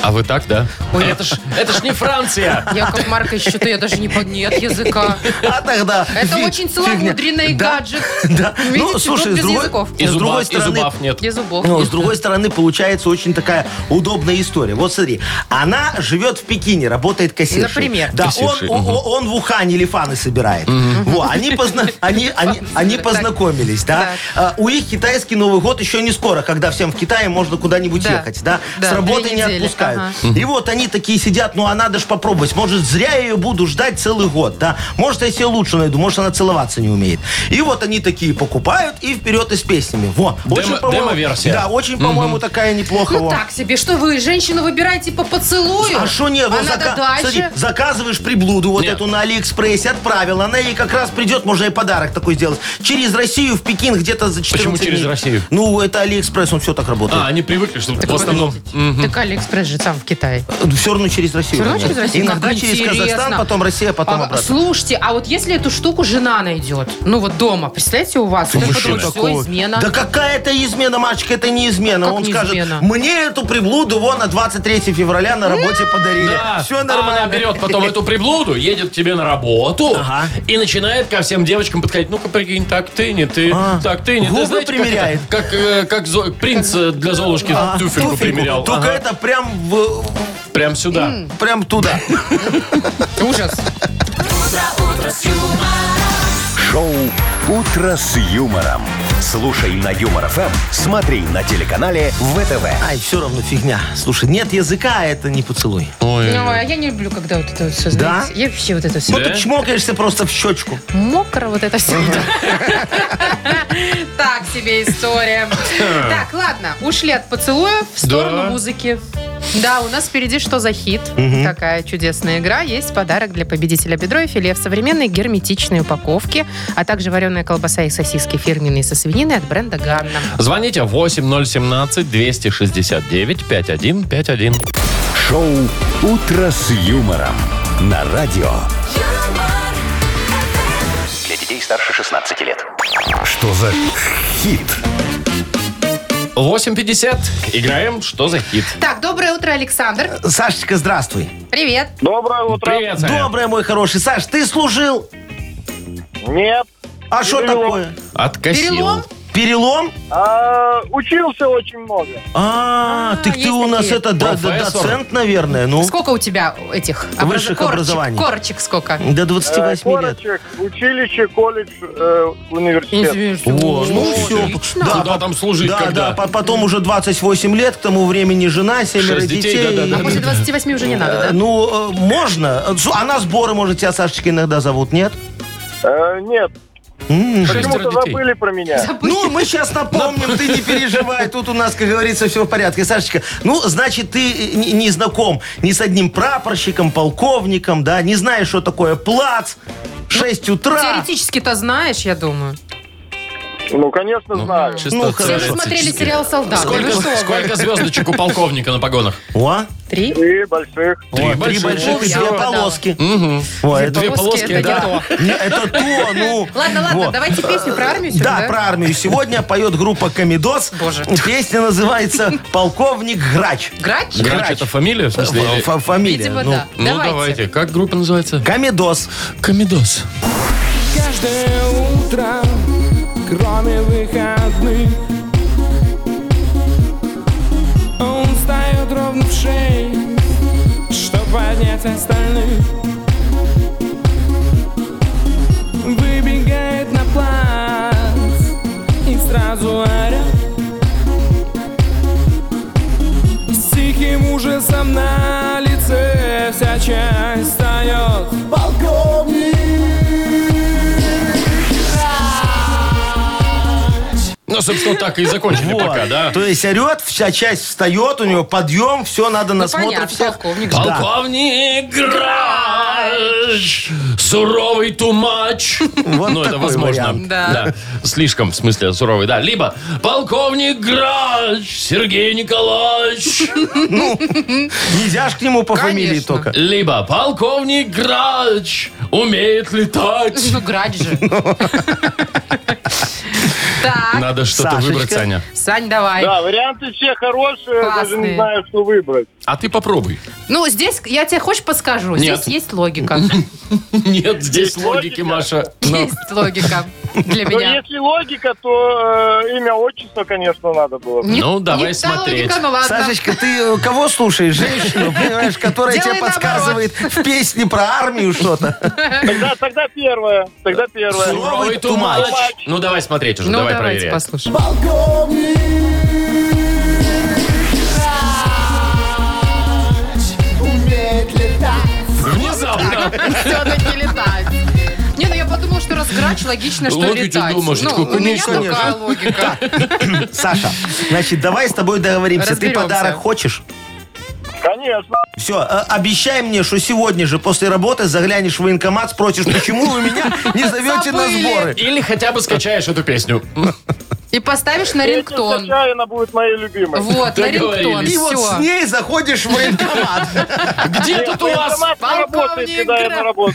[SPEAKER 2] А вы так, да? Это ж, это ж не Франция.
[SPEAKER 3] Яков Маркович, что-то я даже не под нет языка.
[SPEAKER 4] А тогда...
[SPEAKER 3] Это
[SPEAKER 4] фи-
[SPEAKER 3] очень
[SPEAKER 4] фигня.
[SPEAKER 3] целомудренный
[SPEAKER 4] Да,
[SPEAKER 3] гаджет.
[SPEAKER 4] Да.
[SPEAKER 3] Видите,
[SPEAKER 4] Ну, слушай,
[SPEAKER 3] тут
[SPEAKER 4] с
[SPEAKER 3] без
[SPEAKER 4] другой-
[SPEAKER 3] языков.
[SPEAKER 2] И
[SPEAKER 4] с
[SPEAKER 2] зубов,
[SPEAKER 4] другой
[SPEAKER 2] и
[SPEAKER 4] стороны,
[SPEAKER 2] зубов нет.
[SPEAKER 3] Без зубов.
[SPEAKER 4] Ну, с
[SPEAKER 3] нет.
[SPEAKER 4] другой стороны, получается очень такая удобная история. Вот смотри, она живет в Пекине, работает кассиршей.
[SPEAKER 3] Например.
[SPEAKER 4] Да, он,
[SPEAKER 2] Кассиршей,
[SPEAKER 4] о- о- он в Ухане лифаны собирает. Во, они, позна- они, они, они
[SPEAKER 3] собирает,
[SPEAKER 4] познакомились, да? А, У них китайский Новый год еще не скоро, когда всем в Китае можно куда-нибудь
[SPEAKER 3] Да.
[SPEAKER 4] ехать, да?
[SPEAKER 3] Да,
[SPEAKER 4] С работы
[SPEAKER 3] две
[SPEAKER 4] не
[SPEAKER 3] недели,
[SPEAKER 4] отпускают.
[SPEAKER 3] ага.
[SPEAKER 4] И вот они такие сидят, ну а надо ж попробовать. Может, зря я ее буду ждать целый год, да? Может, я себе лучше найду, может, она целоваться не умеет. И вот они такие покупают и вперед и с песнями. Во, очень,
[SPEAKER 2] Демо-
[SPEAKER 4] по-моему,
[SPEAKER 2] демо-версия.
[SPEAKER 4] Да, очень, по-моему, такая неплохо.
[SPEAKER 3] Ну
[SPEAKER 4] во.
[SPEAKER 3] так себе, что вы, женщину выбираете по поцелую?
[SPEAKER 4] А что нет?
[SPEAKER 3] А
[SPEAKER 4] Вот
[SPEAKER 3] надо
[SPEAKER 4] зака- смотри,
[SPEAKER 3] дальше.
[SPEAKER 4] заказываешь приблуду вот
[SPEAKER 2] Нет.
[SPEAKER 4] эту на Алиэкспрессе, отправила. Она ей как раз придет, можно и подарок такой сделать. Через Россию в Пекин где-то за 14
[SPEAKER 2] Почему через
[SPEAKER 4] дней.
[SPEAKER 2] Россию?
[SPEAKER 4] Ну, это Алиэкспресс, он все так
[SPEAKER 2] А,
[SPEAKER 4] работает.
[SPEAKER 2] они привыкли, что в основном... Мгм.
[SPEAKER 3] Так Алиэкспресс же там в Китае.
[SPEAKER 4] Все равно через Россию.
[SPEAKER 3] Всё равно через Россию.
[SPEAKER 4] Иногда
[SPEAKER 3] Как
[SPEAKER 4] через
[SPEAKER 3] интересно.
[SPEAKER 4] Казахстан, потом Россия, потом
[SPEAKER 3] А,
[SPEAKER 4] обратно.
[SPEAKER 3] Слушайте, а вот если эту штуку жена найдет, ну вот дома, представляете, у вас, вот я
[SPEAKER 2] мужчина.
[SPEAKER 3] подумаю, всё,
[SPEAKER 4] Такого.
[SPEAKER 3] измена.
[SPEAKER 4] Да какая это измена, мальчик, это не измена.
[SPEAKER 3] Как
[SPEAKER 4] Он
[SPEAKER 3] не
[SPEAKER 4] скажет,
[SPEAKER 3] измена?
[SPEAKER 4] мне эту приблуду вон на 23 февраля на работе подарили.
[SPEAKER 2] Да. А
[SPEAKER 4] Все нормально.
[SPEAKER 2] Она берет потом эту приблуду, едет к тебе на работу
[SPEAKER 4] Ага.
[SPEAKER 2] и начинает ко всем девочкам подходить. Ну-ка, прикинь, так ты, не ты,
[SPEAKER 4] А.
[SPEAKER 2] так ты, не ты.
[SPEAKER 4] Губы
[SPEAKER 2] Знаете, как
[SPEAKER 4] примеряет.
[SPEAKER 2] это? Как, э, как Зо- принц э, для Золушки
[SPEAKER 4] А,
[SPEAKER 2] туфельку, примерял.
[SPEAKER 4] Только
[SPEAKER 2] Ага.
[SPEAKER 4] это прям, в-
[SPEAKER 2] Прям сюда.
[SPEAKER 4] прям туда.
[SPEAKER 3] Ужас.
[SPEAKER 1] Шоу «Утро с юмором». Слушай на Юмор ФМ, смотри на телеканале ВТВ.
[SPEAKER 4] Ай, все равно фигня. Слушай, нет языка, а это не поцелуй.
[SPEAKER 2] Ой.
[SPEAKER 3] Ну, а я не люблю, когда вот это все,
[SPEAKER 4] Э. Да?
[SPEAKER 3] знаете. Я вообще вот это все.
[SPEAKER 4] Ну, ты чмокаешься просто в щечку.
[SPEAKER 3] Мокро вот это все. Так себе история. Так, ладно, ушли от поцелуев в
[SPEAKER 2] Да.
[SPEAKER 3] сторону музыки. Да, у нас впереди что за хит? Такая чудесная игра. Есть подарок для победителя бедро и филе в современной герметичной упаковке, а также вареная колбаса и сосиски фирменные со свининой от бренда Ганна.
[SPEAKER 2] Звоните 8017-269-5151.
[SPEAKER 1] Шоу «Утро с юмором» на радио.
[SPEAKER 8] юмор,
[SPEAKER 5] Для детей старше 16 лет.
[SPEAKER 1] Что за хит?
[SPEAKER 2] 8.50. Играем «Что за хит?».
[SPEAKER 3] Так, доброе утро, Александр.
[SPEAKER 4] Сашечка, здравствуй.
[SPEAKER 3] Привет.
[SPEAKER 6] Доброе утро.
[SPEAKER 2] Привет, Саня.
[SPEAKER 4] Доброе, мой хороший. Саш, ты служил?
[SPEAKER 6] Нет.
[SPEAKER 4] А что
[SPEAKER 6] Перелом.
[SPEAKER 4] такое?
[SPEAKER 2] Откосил.
[SPEAKER 3] Перелом?
[SPEAKER 4] Перелом?
[SPEAKER 6] А, учился очень много.
[SPEAKER 4] А,
[SPEAKER 3] А,
[SPEAKER 4] так ты
[SPEAKER 3] есть
[SPEAKER 4] у нас
[SPEAKER 3] такие.
[SPEAKER 4] это до- до-
[SPEAKER 2] Профессор.
[SPEAKER 4] доцент, наверное. Ну,
[SPEAKER 3] Сколько у тебя этих
[SPEAKER 4] Высших
[SPEAKER 3] корочек?
[SPEAKER 4] образований.
[SPEAKER 3] Корочек сколько?
[SPEAKER 4] до
[SPEAKER 6] Э,
[SPEAKER 4] 28 лет.
[SPEAKER 6] Корочек, училище, колледж, э, университет.
[SPEAKER 4] О, ну все.
[SPEAKER 3] Отлично.
[SPEAKER 4] Да,
[SPEAKER 2] Куда
[SPEAKER 4] по-
[SPEAKER 2] там служить,
[SPEAKER 4] Да,
[SPEAKER 2] когда?
[SPEAKER 4] да, по- потом уже 28 лет, к тому времени жена, семеро
[SPEAKER 2] Шесть детей,
[SPEAKER 4] детей.
[SPEAKER 2] да-да-да.
[SPEAKER 4] И-
[SPEAKER 3] А после 28 уже не
[SPEAKER 4] Э,
[SPEAKER 3] надо, да?
[SPEAKER 4] Ну, э, можно. Э, су- А на сборы, может, тебя, Сашечка, иногда зовут, нет?
[SPEAKER 6] Э, нет,
[SPEAKER 4] М.
[SPEAKER 2] Шестеро
[SPEAKER 6] почему-то
[SPEAKER 2] детей.
[SPEAKER 6] забыли про меня.
[SPEAKER 4] Ну, мы сейчас напомним, ты не переживай. Тут у нас, как говорится, все в порядке. Сашечка, ну, значит, ты э, не, не знаком ни с одним прапорщиком, полковником, да, не знаешь, что такое плац, 6 утра.
[SPEAKER 3] Теоретически-то знаешь, я думаю.
[SPEAKER 6] Ну, конечно, знаю.
[SPEAKER 4] Ну,
[SPEAKER 3] Все же
[SPEAKER 4] хорошо.
[SPEAKER 3] смотрели сериал «Солдаты».
[SPEAKER 2] Сколько,
[SPEAKER 3] Ну что вы.
[SPEAKER 2] сколько звездочек у полковника на погонах?
[SPEAKER 4] О,
[SPEAKER 3] Три?
[SPEAKER 6] И больших.
[SPEAKER 4] Три,
[SPEAKER 2] больших.
[SPEAKER 4] больших
[SPEAKER 3] О,
[SPEAKER 4] и
[SPEAKER 3] я
[SPEAKER 4] две
[SPEAKER 3] угадала.
[SPEAKER 4] полоски.
[SPEAKER 2] Мгм.
[SPEAKER 4] О, это,
[SPEAKER 2] Две полоски,
[SPEAKER 3] это не
[SPEAKER 2] да.
[SPEAKER 3] то.
[SPEAKER 4] не, это то, ну.
[SPEAKER 3] Ладно, ладно,
[SPEAKER 4] Во.
[SPEAKER 3] давайте песню про армию сегодня,
[SPEAKER 4] Да, про армию. Сегодня поет группа Комедос.
[SPEAKER 3] Боже.
[SPEAKER 4] Песня называется «Полковник Грач».
[SPEAKER 3] Грач?
[SPEAKER 2] Грач это фамилия, в смысле? или-
[SPEAKER 4] Ф- Фамилия.
[SPEAKER 3] Видимо,
[SPEAKER 4] ну.
[SPEAKER 3] да.
[SPEAKER 2] Ну давайте. Как группа называется?
[SPEAKER 4] Комедос.
[SPEAKER 2] Комедос.
[SPEAKER 8] Каждое утро, кроме выходных Он встает ровно в шесть, чтоб поднять остальных Выбегает на плац и сразу орет С тихим ужасом на лице вся часть встает
[SPEAKER 2] Ну, собственно, так и закончили
[SPEAKER 4] Вот.
[SPEAKER 2] пока, да?
[SPEAKER 4] То есть орет, вся часть встает, у него подъем, все, надо на
[SPEAKER 3] Ну, понятно,
[SPEAKER 4] смотр всех.
[SPEAKER 3] полковник
[SPEAKER 4] Да.
[SPEAKER 2] Полковник Грач, суровый тумач.
[SPEAKER 4] Вот
[SPEAKER 2] ну, это
[SPEAKER 4] такой
[SPEAKER 2] возможно.
[SPEAKER 4] вариант.
[SPEAKER 2] Да. Слишком, в смысле, суровый, да. Либо полковник Грач, Сергей Николаевич.
[SPEAKER 4] Нельзя ж к нему по фамилии
[SPEAKER 3] Конечно.
[SPEAKER 4] только.
[SPEAKER 2] Либо полковник Грач умеет летать.
[SPEAKER 3] Ну, грач же. Так,
[SPEAKER 2] Надо что-то
[SPEAKER 4] Сашечка.
[SPEAKER 2] выбрать, Саня.
[SPEAKER 3] Сань, давай.
[SPEAKER 6] Да, варианты все хорошие, даже
[SPEAKER 3] Классные.
[SPEAKER 6] не знаю, что выбрать.
[SPEAKER 2] А ты попробуй.
[SPEAKER 3] Ну, здесь, я тебе хочешь подскажу?
[SPEAKER 2] Нет.
[SPEAKER 3] Здесь есть логика.
[SPEAKER 2] Нет, здесь логики,
[SPEAKER 6] логика.
[SPEAKER 2] Маша. Ну,
[SPEAKER 3] Есть логика для
[SPEAKER 6] Но
[SPEAKER 3] меня.
[SPEAKER 6] если логика, то э, имя, отчество, конечно, надо было.
[SPEAKER 3] Не-
[SPEAKER 2] Ну, давай
[SPEAKER 3] не та логика,
[SPEAKER 2] смотреть.
[SPEAKER 3] ну ладно.
[SPEAKER 4] Сашечка, ты э, кого слушаешь? Женщину, понимаешь, которая
[SPEAKER 3] Делай
[SPEAKER 4] тебе подсказывает в песне про армию что-то.
[SPEAKER 6] Тогда, тогда первое. Тогда первое.
[SPEAKER 2] Суровый тумач.
[SPEAKER 6] тумач.
[SPEAKER 2] Ну, давай смотреть уже,
[SPEAKER 3] Ну,
[SPEAKER 2] давай
[SPEAKER 3] давайте
[SPEAKER 2] проверять.
[SPEAKER 3] послушаем.
[SPEAKER 2] Внезапно.
[SPEAKER 3] Все-таки летать. Не, ну я подумал, что раз грач, логично, что
[SPEAKER 2] Логику
[SPEAKER 3] летать.
[SPEAKER 2] думаешь,
[SPEAKER 3] ну,
[SPEAKER 2] какую
[SPEAKER 3] у меня
[SPEAKER 4] конечно.
[SPEAKER 3] такая логика.
[SPEAKER 4] Саша, значит, давай с тобой договоримся. Ты
[SPEAKER 3] Разберемся.
[SPEAKER 4] подарок хочешь?
[SPEAKER 6] Конечно.
[SPEAKER 4] Все, э, обещай мне, что сегодня же после работы заглянешь в военкомат, спросишь, почему вы меня не зовете на
[SPEAKER 3] Забыли.
[SPEAKER 4] сборы.
[SPEAKER 2] Или хотя бы скачаешь эту песню.
[SPEAKER 3] И поставишь на
[SPEAKER 6] Песня
[SPEAKER 3] рингтон.
[SPEAKER 6] скачаю, она будет моей любимой.
[SPEAKER 3] Вот, на рингтон.
[SPEAKER 2] Договорились.
[SPEAKER 4] И вот с
[SPEAKER 3] Все.
[SPEAKER 4] ней заходишь в военкомат.
[SPEAKER 2] Где тут у вас?
[SPEAKER 6] Военкомат не работает,
[SPEAKER 3] полковник
[SPEAKER 6] когда я
[SPEAKER 3] Гра-
[SPEAKER 6] на работу.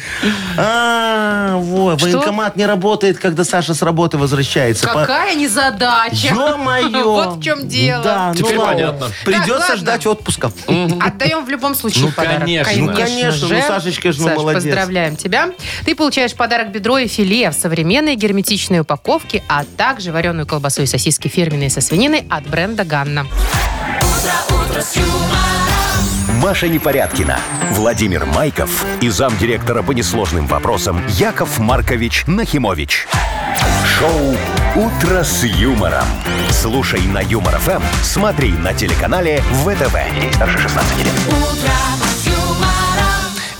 [SPEAKER 4] А, вот, военкомат не работает, когда Саша с работы возвращается. По-
[SPEAKER 3] Какая незадача.
[SPEAKER 4] Ё-моё!
[SPEAKER 3] Вот в чем дело.
[SPEAKER 4] Да, ну
[SPEAKER 2] Теперь
[SPEAKER 4] ладно.
[SPEAKER 2] понятно.
[SPEAKER 3] Так,
[SPEAKER 4] Придется
[SPEAKER 3] ладно.
[SPEAKER 4] ждать отпуска.
[SPEAKER 3] Отдаем в любом случае
[SPEAKER 2] Ну,
[SPEAKER 3] подарок.
[SPEAKER 2] конечно. Ну,
[SPEAKER 4] конечно, ну,
[SPEAKER 3] же.
[SPEAKER 4] Сашечка ж, ну,
[SPEAKER 3] Саш,
[SPEAKER 4] молодец.
[SPEAKER 3] поздравляем тебя. Ты получаешь подарок бедро и филе в современной герметичной упаковке, а также вареную колбасу и сосиски фирменные со свининой от бренда «Ганна».
[SPEAKER 1] Маша Непорядкина, Владимир Майков и замдиректора по несложным вопросам Яков Маркович Нахимович. Шоу «Утро с юмором». Слушай на Юмор ФМ, смотри на телеканале ВТВ. Ей старше 16 лет.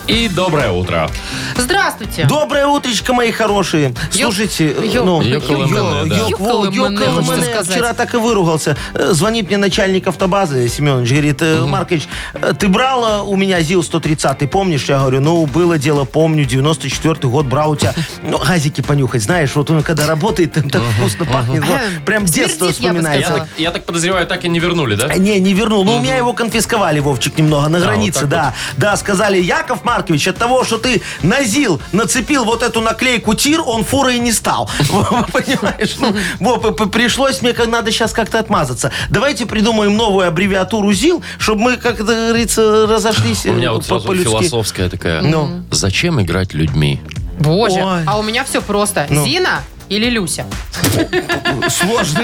[SPEAKER 2] И доброе утро.
[SPEAKER 3] Здравствуйте.
[SPEAKER 4] Доброе утречко, мои хорошие. Слушайте,
[SPEAKER 3] ёк-
[SPEAKER 4] ну,
[SPEAKER 2] ёкалэмэне, да.
[SPEAKER 4] ёк- во,
[SPEAKER 3] Ёкалэмэне,
[SPEAKER 4] ёкалэмэне.
[SPEAKER 3] можно сказать.
[SPEAKER 4] вчера так и выругался. Э, Звонит мне начальник автобазы Семенович, говорит, «Э, Маркович, э, ты брал э, у меня ЗИЛ-130, помнишь? Я говорю, ну, было дело, помню, 94-й год брал у тебя ну, газики понюхать, знаешь, вот он когда работает, там так вкусно пахнет. вот, Прям детство
[SPEAKER 3] Смердит, я бы
[SPEAKER 2] Я
[SPEAKER 4] вспоминается.
[SPEAKER 3] сказала.
[SPEAKER 2] так, я так подозреваю, так и не вернули, да?
[SPEAKER 4] А, Не, не вернул. Ну, у меня его конфисковали, Вовчик, немного на границе,
[SPEAKER 2] А, вот так
[SPEAKER 4] да. Да, сказали, Яков Маркович, от того, что ты назил, нацепил вот эту наклейку тир, он фурой не стал. Понимаешь? Ну, во, п- п- пришлось мне, как надо сейчас как-то отмазаться. Давайте придумаем новую аббревиатуру ЗИЛ, чтобы мы, как это говорится, разошлись
[SPEAKER 2] У меня
[SPEAKER 4] э,
[SPEAKER 2] вот
[SPEAKER 4] по-
[SPEAKER 2] сразу
[SPEAKER 4] по-людски.
[SPEAKER 2] философская такая.
[SPEAKER 4] Ну.
[SPEAKER 2] Зачем играть людьми?
[SPEAKER 3] Боже,
[SPEAKER 4] Ой. Ну.
[SPEAKER 3] а у меня все просто. Зина или Люся?
[SPEAKER 4] Сложный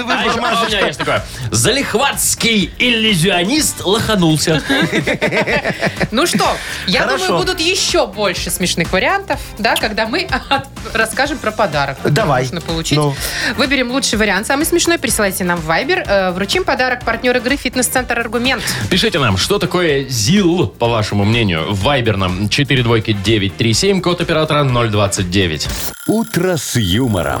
[SPEAKER 2] А еще
[SPEAKER 4] выбор,
[SPEAKER 2] у меня
[SPEAKER 4] Машечка.
[SPEAKER 2] есть такое. Залихватский иллюзионист лоханулся.
[SPEAKER 3] Ну что, я
[SPEAKER 4] Хорошо.
[SPEAKER 3] думаю, будут еще больше смешных вариантов, да, когда мы расскажем про подарок. который
[SPEAKER 4] Давай.
[SPEAKER 3] Можно получить.
[SPEAKER 4] Ну.
[SPEAKER 3] Выберем лучший вариант, самый смешной, присылайте нам в Viber. Э, Вручим подарок партнер игры «Фитнес-центр Аргумент».
[SPEAKER 2] Пишите нам, что такое ЗИЛ, по вашему мнению. В Viber нам 42937, код оператора 029.
[SPEAKER 1] «Утро с юмором».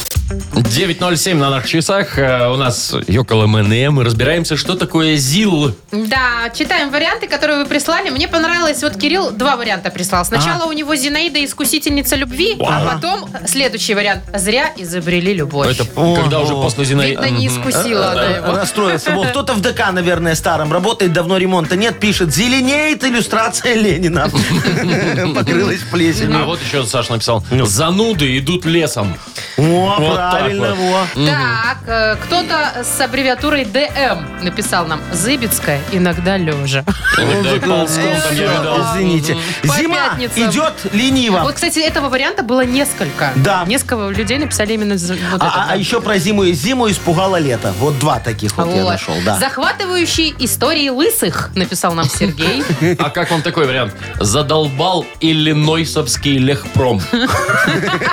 [SPEAKER 2] 9.07 на наших часах. Э, У нас Йокола МНМ. Эм. Мы разбираемся, что такое ЗИЛ.
[SPEAKER 3] Да, читаем варианты, которые вы прислали. Мне понравилось, вот Кирилл два варианта прислал.
[SPEAKER 4] А.
[SPEAKER 3] Сначала у него Зинаида искусительница любви, а потом следующий вариант. Зря изобрели любовь.
[SPEAKER 2] Это когда уже после Зинаиды...
[SPEAKER 3] Видно, не искусила
[SPEAKER 4] э,
[SPEAKER 3] она его.
[SPEAKER 4] Расстроился. Во, кто-то в ДК, наверное, старом работает, давно ремонта нет, пишет, зеленеет иллюстрация Ленина. Покрылась
[SPEAKER 2] А
[SPEAKER 4] плесенью.
[SPEAKER 2] вот еще Саша написал.
[SPEAKER 4] Ну.
[SPEAKER 2] Зануды идут лесом.
[SPEAKER 4] О,
[SPEAKER 2] вот так
[SPEAKER 4] правильно,
[SPEAKER 2] вот.
[SPEAKER 4] во.
[SPEAKER 3] Так, э, кто-то с аббревиатурой ДМ написал нам «Зыбицкая, иногда лежа».
[SPEAKER 2] Иногда и ползком там я видал.
[SPEAKER 4] Извините.
[SPEAKER 3] По
[SPEAKER 4] Зима
[SPEAKER 3] пятницам.
[SPEAKER 4] идет лениво.
[SPEAKER 3] Вот, кстати, этого варианта было несколько.
[SPEAKER 4] Да.
[SPEAKER 3] Несколько людей написали именно за- вот этот.
[SPEAKER 4] А, а еще про зиму и зиму испугало лето. Вот два таких вот, я
[SPEAKER 3] Вот.
[SPEAKER 4] нашел, да.
[SPEAKER 3] Захватывающие истории лысых, написал нам Сергей.
[SPEAKER 2] А как вам такой вариант? Задолбал иллинойсовский лехпром.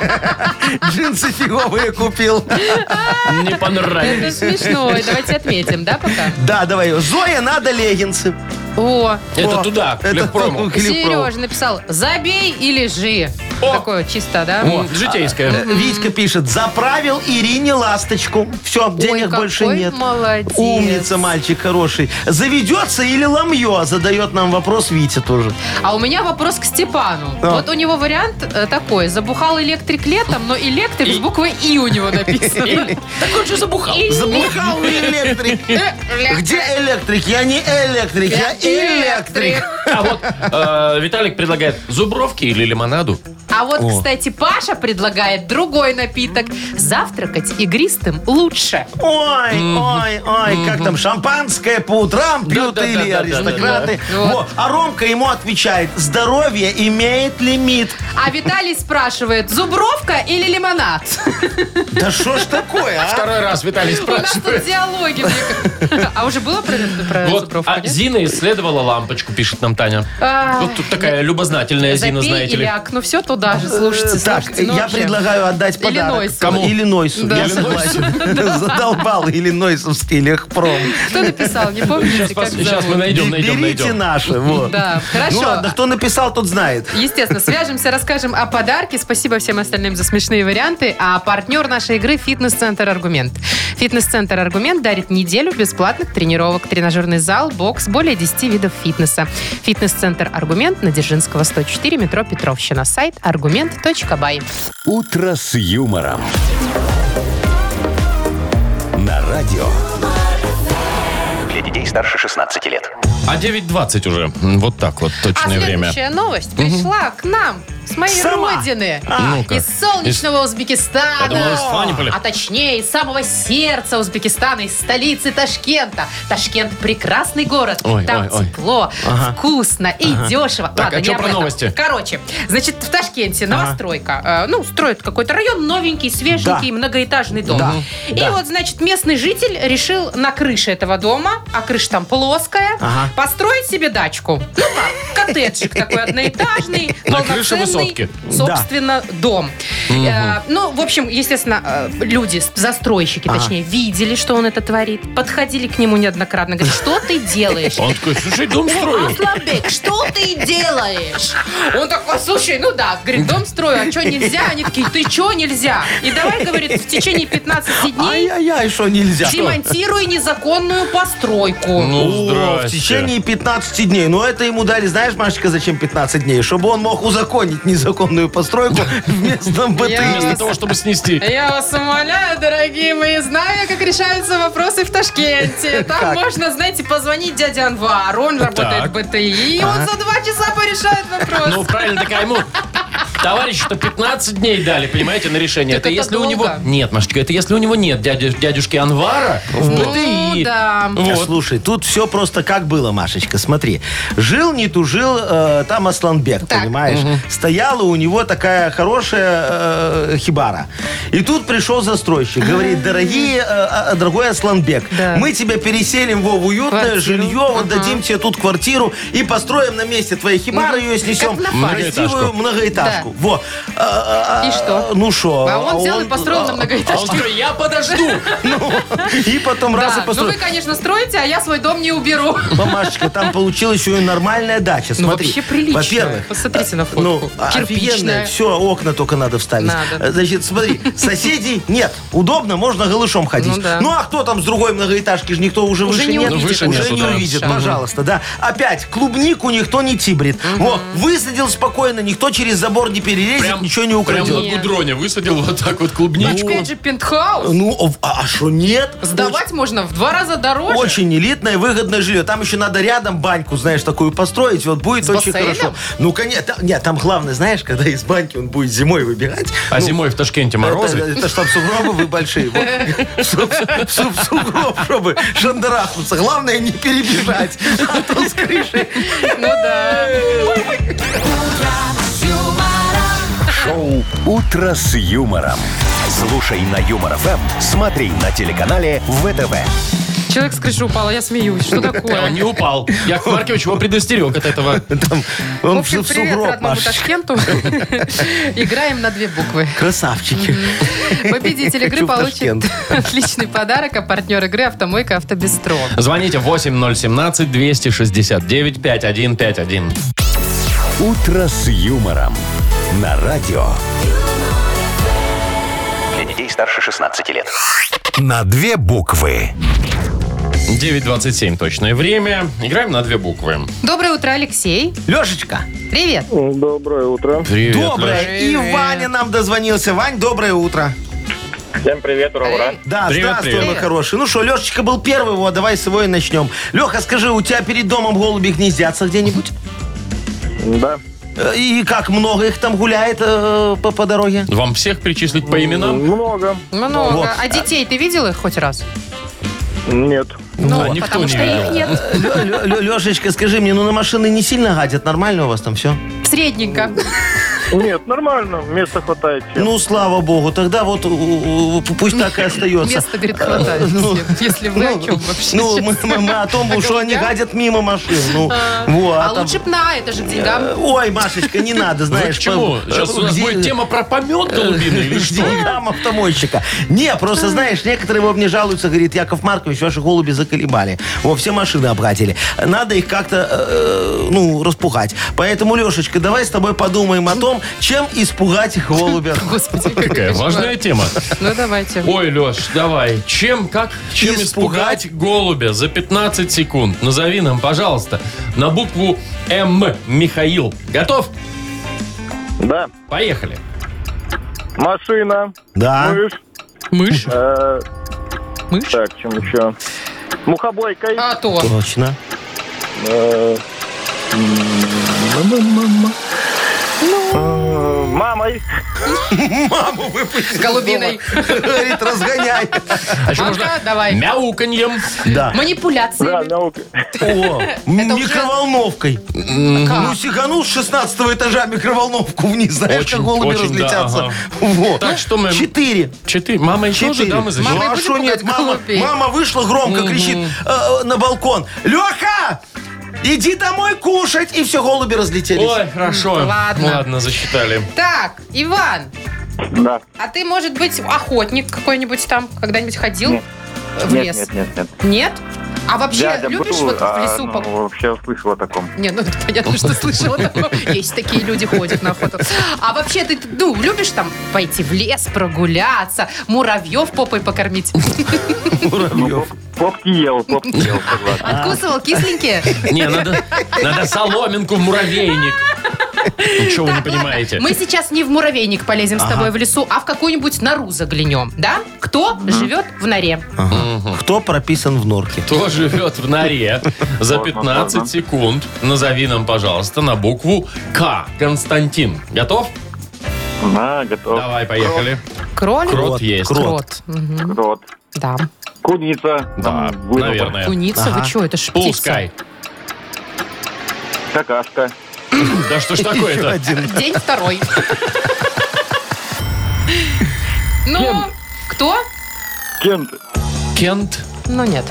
[SPEAKER 4] Джинсы фиговые купил.
[SPEAKER 2] Не
[SPEAKER 3] Это
[SPEAKER 2] понравились.
[SPEAKER 3] смешно. и Давайте отметим, да, пока?
[SPEAKER 4] Да, давай. Зоя, надо леггинсы.
[SPEAKER 3] О,
[SPEAKER 2] Это
[SPEAKER 4] О,
[SPEAKER 2] туда, к
[SPEAKER 4] это
[SPEAKER 2] лехпрому.
[SPEAKER 4] к лепрому.
[SPEAKER 3] Сережа написал «Забей и лежи».
[SPEAKER 2] О.
[SPEAKER 3] Такое чисто, да?
[SPEAKER 2] О,
[SPEAKER 4] Э,
[SPEAKER 2] житейская.
[SPEAKER 4] Витька пишет, заправил Ирине ласточку. Все, денег
[SPEAKER 3] какой
[SPEAKER 4] больше нет.
[SPEAKER 3] молодец.
[SPEAKER 4] Умница, мальчик хороший. Заведется или ломье? Задает нам вопрос Витя тоже.
[SPEAKER 3] А у меня вопрос к Степану.
[SPEAKER 4] Да.
[SPEAKER 3] Вот у него вариант э, такой. Забухал электрик летом, но электрик с буквы «и» у него написано.
[SPEAKER 2] Так он же забухал.
[SPEAKER 3] И-
[SPEAKER 4] Забухал электрик. Где электрик? Я не электрик, я электрик.
[SPEAKER 2] А вот э, Виталик предлагает зубровки или лимонаду.
[SPEAKER 3] А вот, кстати, Паша предлагает другой напиток. Завтракать игристым лучше.
[SPEAKER 4] Ой, ой, ой, как там, шампанское по утрам пьют
[SPEAKER 2] да, да,
[SPEAKER 4] или
[SPEAKER 2] да, да, да,
[SPEAKER 4] аристократы.
[SPEAKER 3] да. Вот.
[SPEAKER 4] Во, А Ромка ему отвечает, здоровье имеет лимит.
[SPEAKER 3] А Виталий спрашивает, зубровка или лимонад?
[SPEAKER 4] Да что ж такое, а?
[SPEAKER 2] Второй раз Виталий
[SPEAKER 3] У нас тут
[SPEAKER 2] спрашивает.
[SPEAKER 3] диалоги. мне кажется. А уже было про про
[SPEAKER 2] Вот,
[SPEAKER 3] зубровку,
[SPEAKER 2] а
[SPEAKER 3] нет?
[SPEAKER 2] Зина исследовала лампочку, пишет нам Таня.
[SPEAKER 3] А,
[SPEAKER 2] Вот тут такая любознательная Зина,
[SPEAKER 3] Забей
[SPEAKER 2] знаете
[SPEAKER 3] или
[SPEAKER 2] ли.
[SPEAKER 3] окно, все туда же, слушайте,
[SPEAKER 4] Э, Так,
[SPEAKER 3] слушайте, ну
[SPEAKER 4] я
[SPEAKER 3] вообще.
[SPEAKER 4] предлагаю отдать подарок.
[SPEAKER 3] Иллинойсу. Кому?
[SPEAKER 4] Иллинойсу.
[SPEAKER 3] Да.
[SPEAKER 4] Я согласен. Задолбал Иллинойсовский легпром.
[SPEAKER 3] Кто написал, не
[SPEAKER 2] Сейчас,
[SPEAKER 3] помните, как
[SPEAKER 2] пос- сейчас мы
[SPEAKER 3] зовут?
[SPEAKER 2] найдем, найдем,
[SPEAKER 4] Берите
[SPEAKER 2] найдем.
[SPEAKER 4] наши. вот.
[SPEAKER 3] Да,
[SPEAKER 4] Ну
[SPEAKER 3] хорошо.
[SPEAKER 4] ладно, кто написал, тот знает.
[SPEAKER 3] Естественно, свяжемся, расскажем о подарке. Спасибо всем остальным за смешные варианты. А партнер нашей игры – фитнес-центр «Аргумент». Фитнес-центр «Аргумент» дарит неделю бесплатных тренировок, тренажерный зал, бокс, более 10 видов фитнеса. Фитнес-центр «Аргумент» на Дзержинского, 104, метро Петровщина. Сайт argument.by.
[SPEAKER 1] «Утро с юмором». На радио
[SPEAKER 5] Для детей старше 16 лет.
[SPEAKER 2] А 9.20 уже. Вот так вот
[SPEAKER 3] А
[SPEAKER 2] точное время.
[SPEAKER 3] следующая новость пришла к нам с моей
[SPEAKER 4] Сама.
[SPEAKER 3] родины.
[SPEAKER 4] А,
[SPEAKER 2] Ну-ка.
[SPEAKER 3] Из солнечного Узбекистана.
[SPEAKER 2] Я думал, из Фаниполя.
[SPEAKER 3] А точнее, из самого сердца Узбекистана, из столицы Ташкента. Ташкент – прекрасный город.
[SPEAKER 2] Ой,
[SPEAKER 3] Там
[SPEAKER 2] ой, ой.
[SPEAKER 3] тепло, вкусно и дешево.
[SPEAKER 2] Так,
[SPEAKER 3] Ладно,
[SPEAKER 2] а чё
[SPEAKER 3] не об
[SPEAKER 2] про
[SPEAKER 3] этом.
[SPEAKER 2] новости?
[SPEAKER 3] Короче, значит, в Ташкенте новостройка. Э, Ну, строят какой-то район, новенький, свеженький, многоэтажный дом.
[SPEAKER 4] Да.
[SPEAKER 3] И
[SPEAKER 4] Да.
[SPEAKER 3] вот, значит, местный житель решил на крыше этого дома, а крыша там плоская,
[SPEAKER 4] Ага.
[SPEAKER 3] построить себе дачку. Ну как, коттеджик такой одноэтажный,
[SPEAKER 2] На крыше
[SPEAKER 3] полноценный,
[SPEAKER 2] высотки.
[SPEAKER 3] Собственно, дом. Э, Ну, в общем, естественно, э, люди, с- застройщики, точнее, видели, что он это творит, подходили к нему неоднократно, говорят, что ты делаешь?
[SPEAKER 2] Он такой, слушай, дом
[SPEAKER 3] а,
[SPEAKER 2] строил.
[SPEAKER 3] Асланбек, что ты делаешь? Он такой, слушай, ну да, говорит, дом строю, а что нельзя? Они такие, ты что нельзя? И давай, говорит, в течение 15 дней
[SPEAKER 4] Ай-яй-яй, что нельзя?
[SPEAKER 3] демонтируй незаконную постройку.
[SPEAKER 2] Ну,
[SPEAKER 4] О, в
[SPEAKER 2] здрасте.
[SPEAKER 4] течение 15 дней. Ну, это ему дали, знаешь, Машечка, зачем 15 дней? Чтобы он мог узаконить незаконную постройку в местном
[SPEAKER 2] Вместо
[SPEAKER 4] БТИ.
[SPEAKER 2] того, чтобы снести.
[SPEAKER 3] Я вас умоляю, дорогие мои, знаю, как решаются вопросы в Ташкенте. Там
[SPEAKER 4] Как?
[SPEAKER 3] можно, знаете, позвонить дяде Анвару, он работает в БТИ, и он за два часа порешает вопрос.
[SPEAKER 2] Ну, правильно, такая ему. Товарищу-то 15 дней дали, понимаете, на решение.
[SPEAKER 3] Так
[SPEAKER 2] это,
[SPEAKER 3] это
[SPEAKER 2] если у него...
[SPEAKER 3] долго.
[SPEAKER 2] Нет, Машечка, это если у него нет дядю- дядюшки Анвара в БТИ.
[SPEAKER 3] Ну да.
[SPEAKER 4] А Слушай, тут все просто как было, Машечка. Смотри, жил не тужил э, там Асланбек,
[SPEAKER 3] Так.
[SPEAKER 4] понимаешь? Стояла у него такая хорошая э, хибара. И тут пришел застройщик, говорит, дорогие, э, а, дорогой Асланбек,
[SPEAKER 3] А. Да.
[SPEAKER 4] мы тебя переселим во в уютное
[SPEAKER 3] Квартиру.
[SPEAKER 4] жилье, вот дадим тебе тут квартиру и построим на месте твоей хибары, ее снесем
[SPEAKER 3] Как на
[SPEAKER 4] в
[SPEAKER 2] фабрике.
[SPEAKER 4] красивую многоэтажку. Во. А, а, а,
[SPEAKER 3] И что?
[SPEAKER 4] Ну что?
[SPEAKER 3] А он взял и построил на
[SPEAKER 2] А он
[SPEAKER 3] многоэтажке.
[SPEAKER 2] такой, я подожду.
[SPEAKER 4] И потом раз и
[SPEAKER 3] Да, ну
[SPEAKER 4] построил.
[SPEAKER 3] вы, конечно, строите, а я свой дом не уберу.
[SPEAKER 4] Мамашечка, там получилась у нее нормальная дача.
[SPEAKER 3] Ну,
[SPEAKER 4] Смотри,
[SPEAKER 3] вообще приличная.
[SPEAKER 4] Во-первых,
[SPEAKER 3] Посмотрите на фотку.
[SPEAKER 4] ну,
[SPEAKER 3] Кирпичная.
[SPEAKER 4] офигенная. Все, окна только надо вставить.
[SPEAKER 3] Надо.
[SPEAKER 4] Э, Значит, смотри, соседей нет. Удобно, можно голышом ходить.
[SPEAKER 3] Ну да.
[SPEAKER 4] а кто там с другой многоэтажки? Ж никто уже, выше
[SPEAKER 3] не
[SPEAKER 4] нет.
[SPEAKER 3] увидит. Ну,
[SPEAKER 2] выше
[SPEAKER 4] уже
[SPEAKER 2] нету,
[SPEAKER 4] не
[SPEAKER 2] да.
[SPEAKER 4] увидит,
[SPEAKER 3] Шага.
[SPEAKER 4] пожалуйста, да. Опять, клубнику никто не тибрит. Во, высадил спокойно, никто через забор не перелезет, ничего не украдет.
[SPEAKER 2] Прям на гудроне высадил вот так вот клубничку.
[SPEAKER 3] Опять же пентхаус.
[SPEAKER 4] Ну, ов- а что нет?
[SPEAKER 3] Сдавать можно в два раза дороже.
[SPEAKER 4] Очень элитное, выгодное жилье. Там еще надо рядом баньку, знаешь, такую построить. Вот будет
[SPEAKER 3] С
[SPEAKER 4] очень
[SPEAKER 3] бассейном?
[SPEAKER 4] хорошо. Ну, конечно. Нет, там главное, знаешь, когда из баньки он будет зимой выбегать.
[SPEAKER 2] А
[SPEAKER 4] ну,
[SPEAKER 2] зимой в Ташкенте
[SPEAKER 4] это-
[SPEAKER 2] морозы.
[SPEAKER 4] Это, чтоб сугробы вы большие. вот. Чтоб чтоб сугроб, чтобы шандарахнуться. Главное не перебежать. А то с крыши.
[SPEAKER 3] Ну да.
[SPEAKER 1] Шоу «Утро с юмором». Слушай на Юмор ФМ, смотри на телеканале ВТВ.
[SPEAKER 3] Человек с крыши упал, а я смеюсь. Что
[SPEAKER 2] Да, Он
[SPEAKER 3] такое?
[SPEAKER 2] не упал. Яков Маркович его предостерег от этого.
[SPEAKER 4] Там
[SPEAKER 3] В
[SPEAKER 4] он
[SPEAKER 3] общем,
[SPEAKER 4] в
[SPEAKER 3] привет
[SPEAKER 4] сугроб,
[SPEAKER 3] родному
[SPEAKER 4] Машечка.
[SPEAKER 3] Ташкенту. Играем на две буквы.
[SPEAKER 4] Красавчики.
[SPEAKER 3] Победитель игры
[SPEAKER 4] Хочу в
[SPEAKER 3] получит
[SPEAKER 4] Ташкент.
[SPEAKER 3] отличный подарок, а партнер игры «Автомойка Автобестро».
[SPEAKER 2] Звоните 8017-269-5151.
[SPEAKER 1] «Утро с юмором» на радио.
[SPEAKER 5] Для детей старше 16 лет.
[SPEAKER 1] На две буквы.
[SPEAKER 2] 9.27 точное время. Играем на две буквы.
[SPEAKER 3] Доброе утро, Алексей.
[SPEAKER 4] Лешечка,
[SPEAKER 3] Привет.
[SPEAKER 6] Доброе утро.
[SPEAKER 2] Привет, Лёш.
[SPEAKER 4] доброе. И
[SPEAKER 3] Привет.
[SPEAKER 4] Ваня нам дозвонился. Вань, доброе утро.
[SPEAKER 6] Всем привет, ура, ура.
[SPEAKER 4] Да,
[SPEAKER 2] Привет,
[SPEAKER 4] здравствуй,
[SPEAKER 2] привет.
[SPEAKER 4] мой хороший. Ну что, Лешечка был первый, вот, давай с его и начнем. Леха, скажи, у тебя перед домом голуби гнездятся где-нибудь?
[SPEAKER 6] Да.
[SPEAKER 4] Э, И как много их там гуляет э, по, по дороге?
[SPEAKER 2] Вам всех перечислить по именам?
[SPEAKER 6] Много.
[SPEAKER 3] Много.
[SPEAKER 4] Вот.
[SPEAKER 3] А детей ты видел их хоть раз?
[SPEAKER 6] Нет.
[SPEAKER 2] Ну,
[SPEAKER 3] вот,
[SPEAKER 2] никто
[SPEAKER 3] потому
[SPEAKER 2] не
[SPEAKER 3] что их
[SPEAKER 2] видел.
[SPEAKER 3] нет.
[SPEAKER 4] Лешечка, скажи мне, ну на машины не сильно гадят? Нормально у вас там все?
[SPEAKER 3] Средненько.
[SPEAKER 6] Нет, нормально, места хватает. всем.
[SPEAKER 4] Ну, слава богу, тогда вот у- у- у- пусть так и остается.
[SPEAKER 3] Место, говорит, хватает.
[SPEAKER 4] Ну,
[SPEAKER 3] всем. Если вы о
[SPEAKER 4] ну,
[SPEAKER 3] чем вообще
[SPEAKER 4] Ну,
[SPEAKER 3] сейчас?
[SPEAKER 4] мы, мы- мы о том,
[SPEAKER 3] О
[SPEAKER 4] что они
[SPEAKER 3] голубях?
[SPEAKER 4] гадят мимо машин. Ну, вот.
[SPEAKER 3] А
[SPEAKER 4] там-
[SPEAKER 3] лучше б на, это же к
[SPEAKER 4] Э,
[SPEAKER 3] деньгам.
[SPEAKER 4] Ой, Машечка, не надо,
[SPEAKER 2] Вы
[SPEAKER 4] знаешь.
[SPEAKER 2] к чему?
[SPEAKER 4] по- э,
[SPEAKER 2] Сейчас у нас
[SPEAKER 4] где-
[SPEAKER 2] будет тема про помет голубиный или
[SPEAKER 4] К
[SPEAKER 2] что?
[SPEAKER 4] деньгам автомойщика. Не, просто знаешь, некоторые во мне жалуются, говорит, Яков Маркович, ваши голуби заколебали. Во, все машины обгадили. Надо их как-то, э, ну, распугать. Поэтому, Лешечка, давай с тобой подумаем о том, чем испугать их голубя.
[SPEAKER 3] Господи,
[SPEAKER 2] Какая важная тема.
[SPEAKER 3] Ну, давайте.
[SPEAKER 2] Ой, Леш, давай. Чем, как, чем испугать,
[SPEAKER 4] Испугать.
[SPEAKER 2] голубя за 15 секунд? Назови нам, пожалуйста, на букву М. Михаил. Готов?
[SPEAKER 6] Да.
[SPEAKER 2] Поехали.
[SPEAKER 6] Машина.
[SPEAKER 4] Да.
[SPEAKER 6] Мышь.
[SPEAKER 3] Мышь?
[SPEAKER 6] э,
[SPEAKER 3] Мышь?
[SPEAKER 6] так, чем еще? Мухобойкой.
[SPEAKER 3] А то.
[SPEAKER 4] Точно.
[SPEAKER 6] э, м-м-м-м-м. Э, Мамой.
[SPEAKER 4] Маму выпусти. из
[SPEAKER 3] Голубиной.
[SPEAKER 4] дома. Говорит, разгоняй.
[SPEAKER 2] А еще
[SPEAKER 3] Ага,
[SPEAKER 2] можно
[SPEAKER 3] давай.
[SPEAKER 2] мяуканьем.
[SPEAKER 4] Да.
[SPEAKER 6] Да,
[SPEAKER 3] Манипуляции.
[SPEAKER 6] наука.
[SPEAKER 4] О, микроволновкой. Ну, сиганул с 16 этажа микроволновку вниз, знаешь,
[SPEAKER 2] Очень,
[SPEAKER 4] как голуби
[SPEAKER 2] очень, да,
[SPEAKER 4] разлетятся.
[SPEAKER 2] ага.
[SPEAKER 4] Вот.
[SPEAKER 2] Так что мы-
[SPEAKER 4] Четыре.
[SPEAKER 2] Четыре. Мама еще же,
[SPEAKER 4] Четыре.
[SPEAKER 2] да, мы за-
[SPEAKER 3] Мама-
[SPEAKER 4] Ну,
[SPEAKER 3] Мамой
[SPEAKER 4] а
[SPEAKER 3] будем
[SPEAKER 4] что нет?
[SPEAKER 3] пугать
[SPEAKER 4] Мама,
[SPEAKER 3] голубей?
[SPEAKER 4] мама вышла громко, кричит э, на балкон. Леха! Иди домой кушать! И все, голуби разлетелись.
[SPEAKER 2] Ой, хорошо.
[SPEAKER 3] Ладно.
[SPEAKER 2] Ладно, засчитали.
[SPEAKER 3] Так, Иван,
[SPEAKER 6] Да.
[SPEAKER 3] а ты, может быть, охотник какой-нибудь там когда-нибудь ходил?
[SPEAKER 6] Нет.
[SPEAKER 3] В
[SPEAKER 6] Нет,
[SPEAKER 3] лес?
[SPEAKER 6] нет, нет, нет.
[SPEAKER 3] Нет? А вообще
[SPEAKER 6] Дядя
[SPEAKER 3] любишь
[SPEAKER 6] был,
[SPEAKER 3] вот в
[SPEAKER 6] а,
[SPEAKER 3] лесу
[SPEAKER 6] ну,
[SPEAKER 3] пок-
[SPEAKER 6] вообще слышал о таком.
[SPEAKER 3] Не, ну это понятно, что слышала такое. Есть такие люди ходят на охоту. А вообще ты, ну, любишь там пойти в лес, прогуляться, муравьев попой покормить?
[SPEAKER 6] Ну, поп- попки ел, попки ел, согласен.
[SPEAKER 3] Откусывал кисленькие?
[SPEAKER 2] Не, надо, надо соломинку в муравейник. Ничего вы не
[SPEAKER 3] Так, ладно,
[SPEAKER 2] понимаете.
[SPEAKER 3] Мы сейчас не в муравейник полезем с тобой в лесу, а в какую-нибудь нору заглянем, да? Кто живет в норе?
[SPEAKER 4] Кто прописан в норке?
[SPEAKER 2] Кто живет в норе за
[SPEAKER 6] Сложно,
[SPEAKER 2] 15
[SPEAKER 6] сложно.
[SPEAKER 2] секунд? Назови нам, пожалуйста, на букву К. Константин. Готов?
[SPEAKER 6] Да, готов.
[SPEAKER 2] Давай, поехали.
[SPEAKER 3] Кролик?
[SPEAKER 2] Крот,
[SPEAKER 4] Крот,
[SPEAKER 2] есть.
[SPEAKER 4] крот.
[SPEAKER 3] Крот. Мгм.
[SPEAKER 6] Рот.
[SPEAKER 3] Да.
[SPEAKER 6] Куница.
[SPEAKER 2] Да,
[SPEAKER 6] Там вырубок.
[SPEAKER 4] Э,
[SPEAKER 2] наверное.
[SPEAKER 3] Куница? Вы что, это ж
[SPEAKER 2] Пускай.
[SPEAKER 3] птица.
[SPEAKER 6] Какашка.
[SPEAKER 2] Да что ж
[SPEAKER 4] Еще
[SPEAKER 2] такое-то?
[SPEAKER 4] один.
[SPEAKER 3] День второй. Ну, кто?
[SPEAKER 6] Кент.
[SPEAKER 2] Кент
[SPEAKER 3] Ну, нет.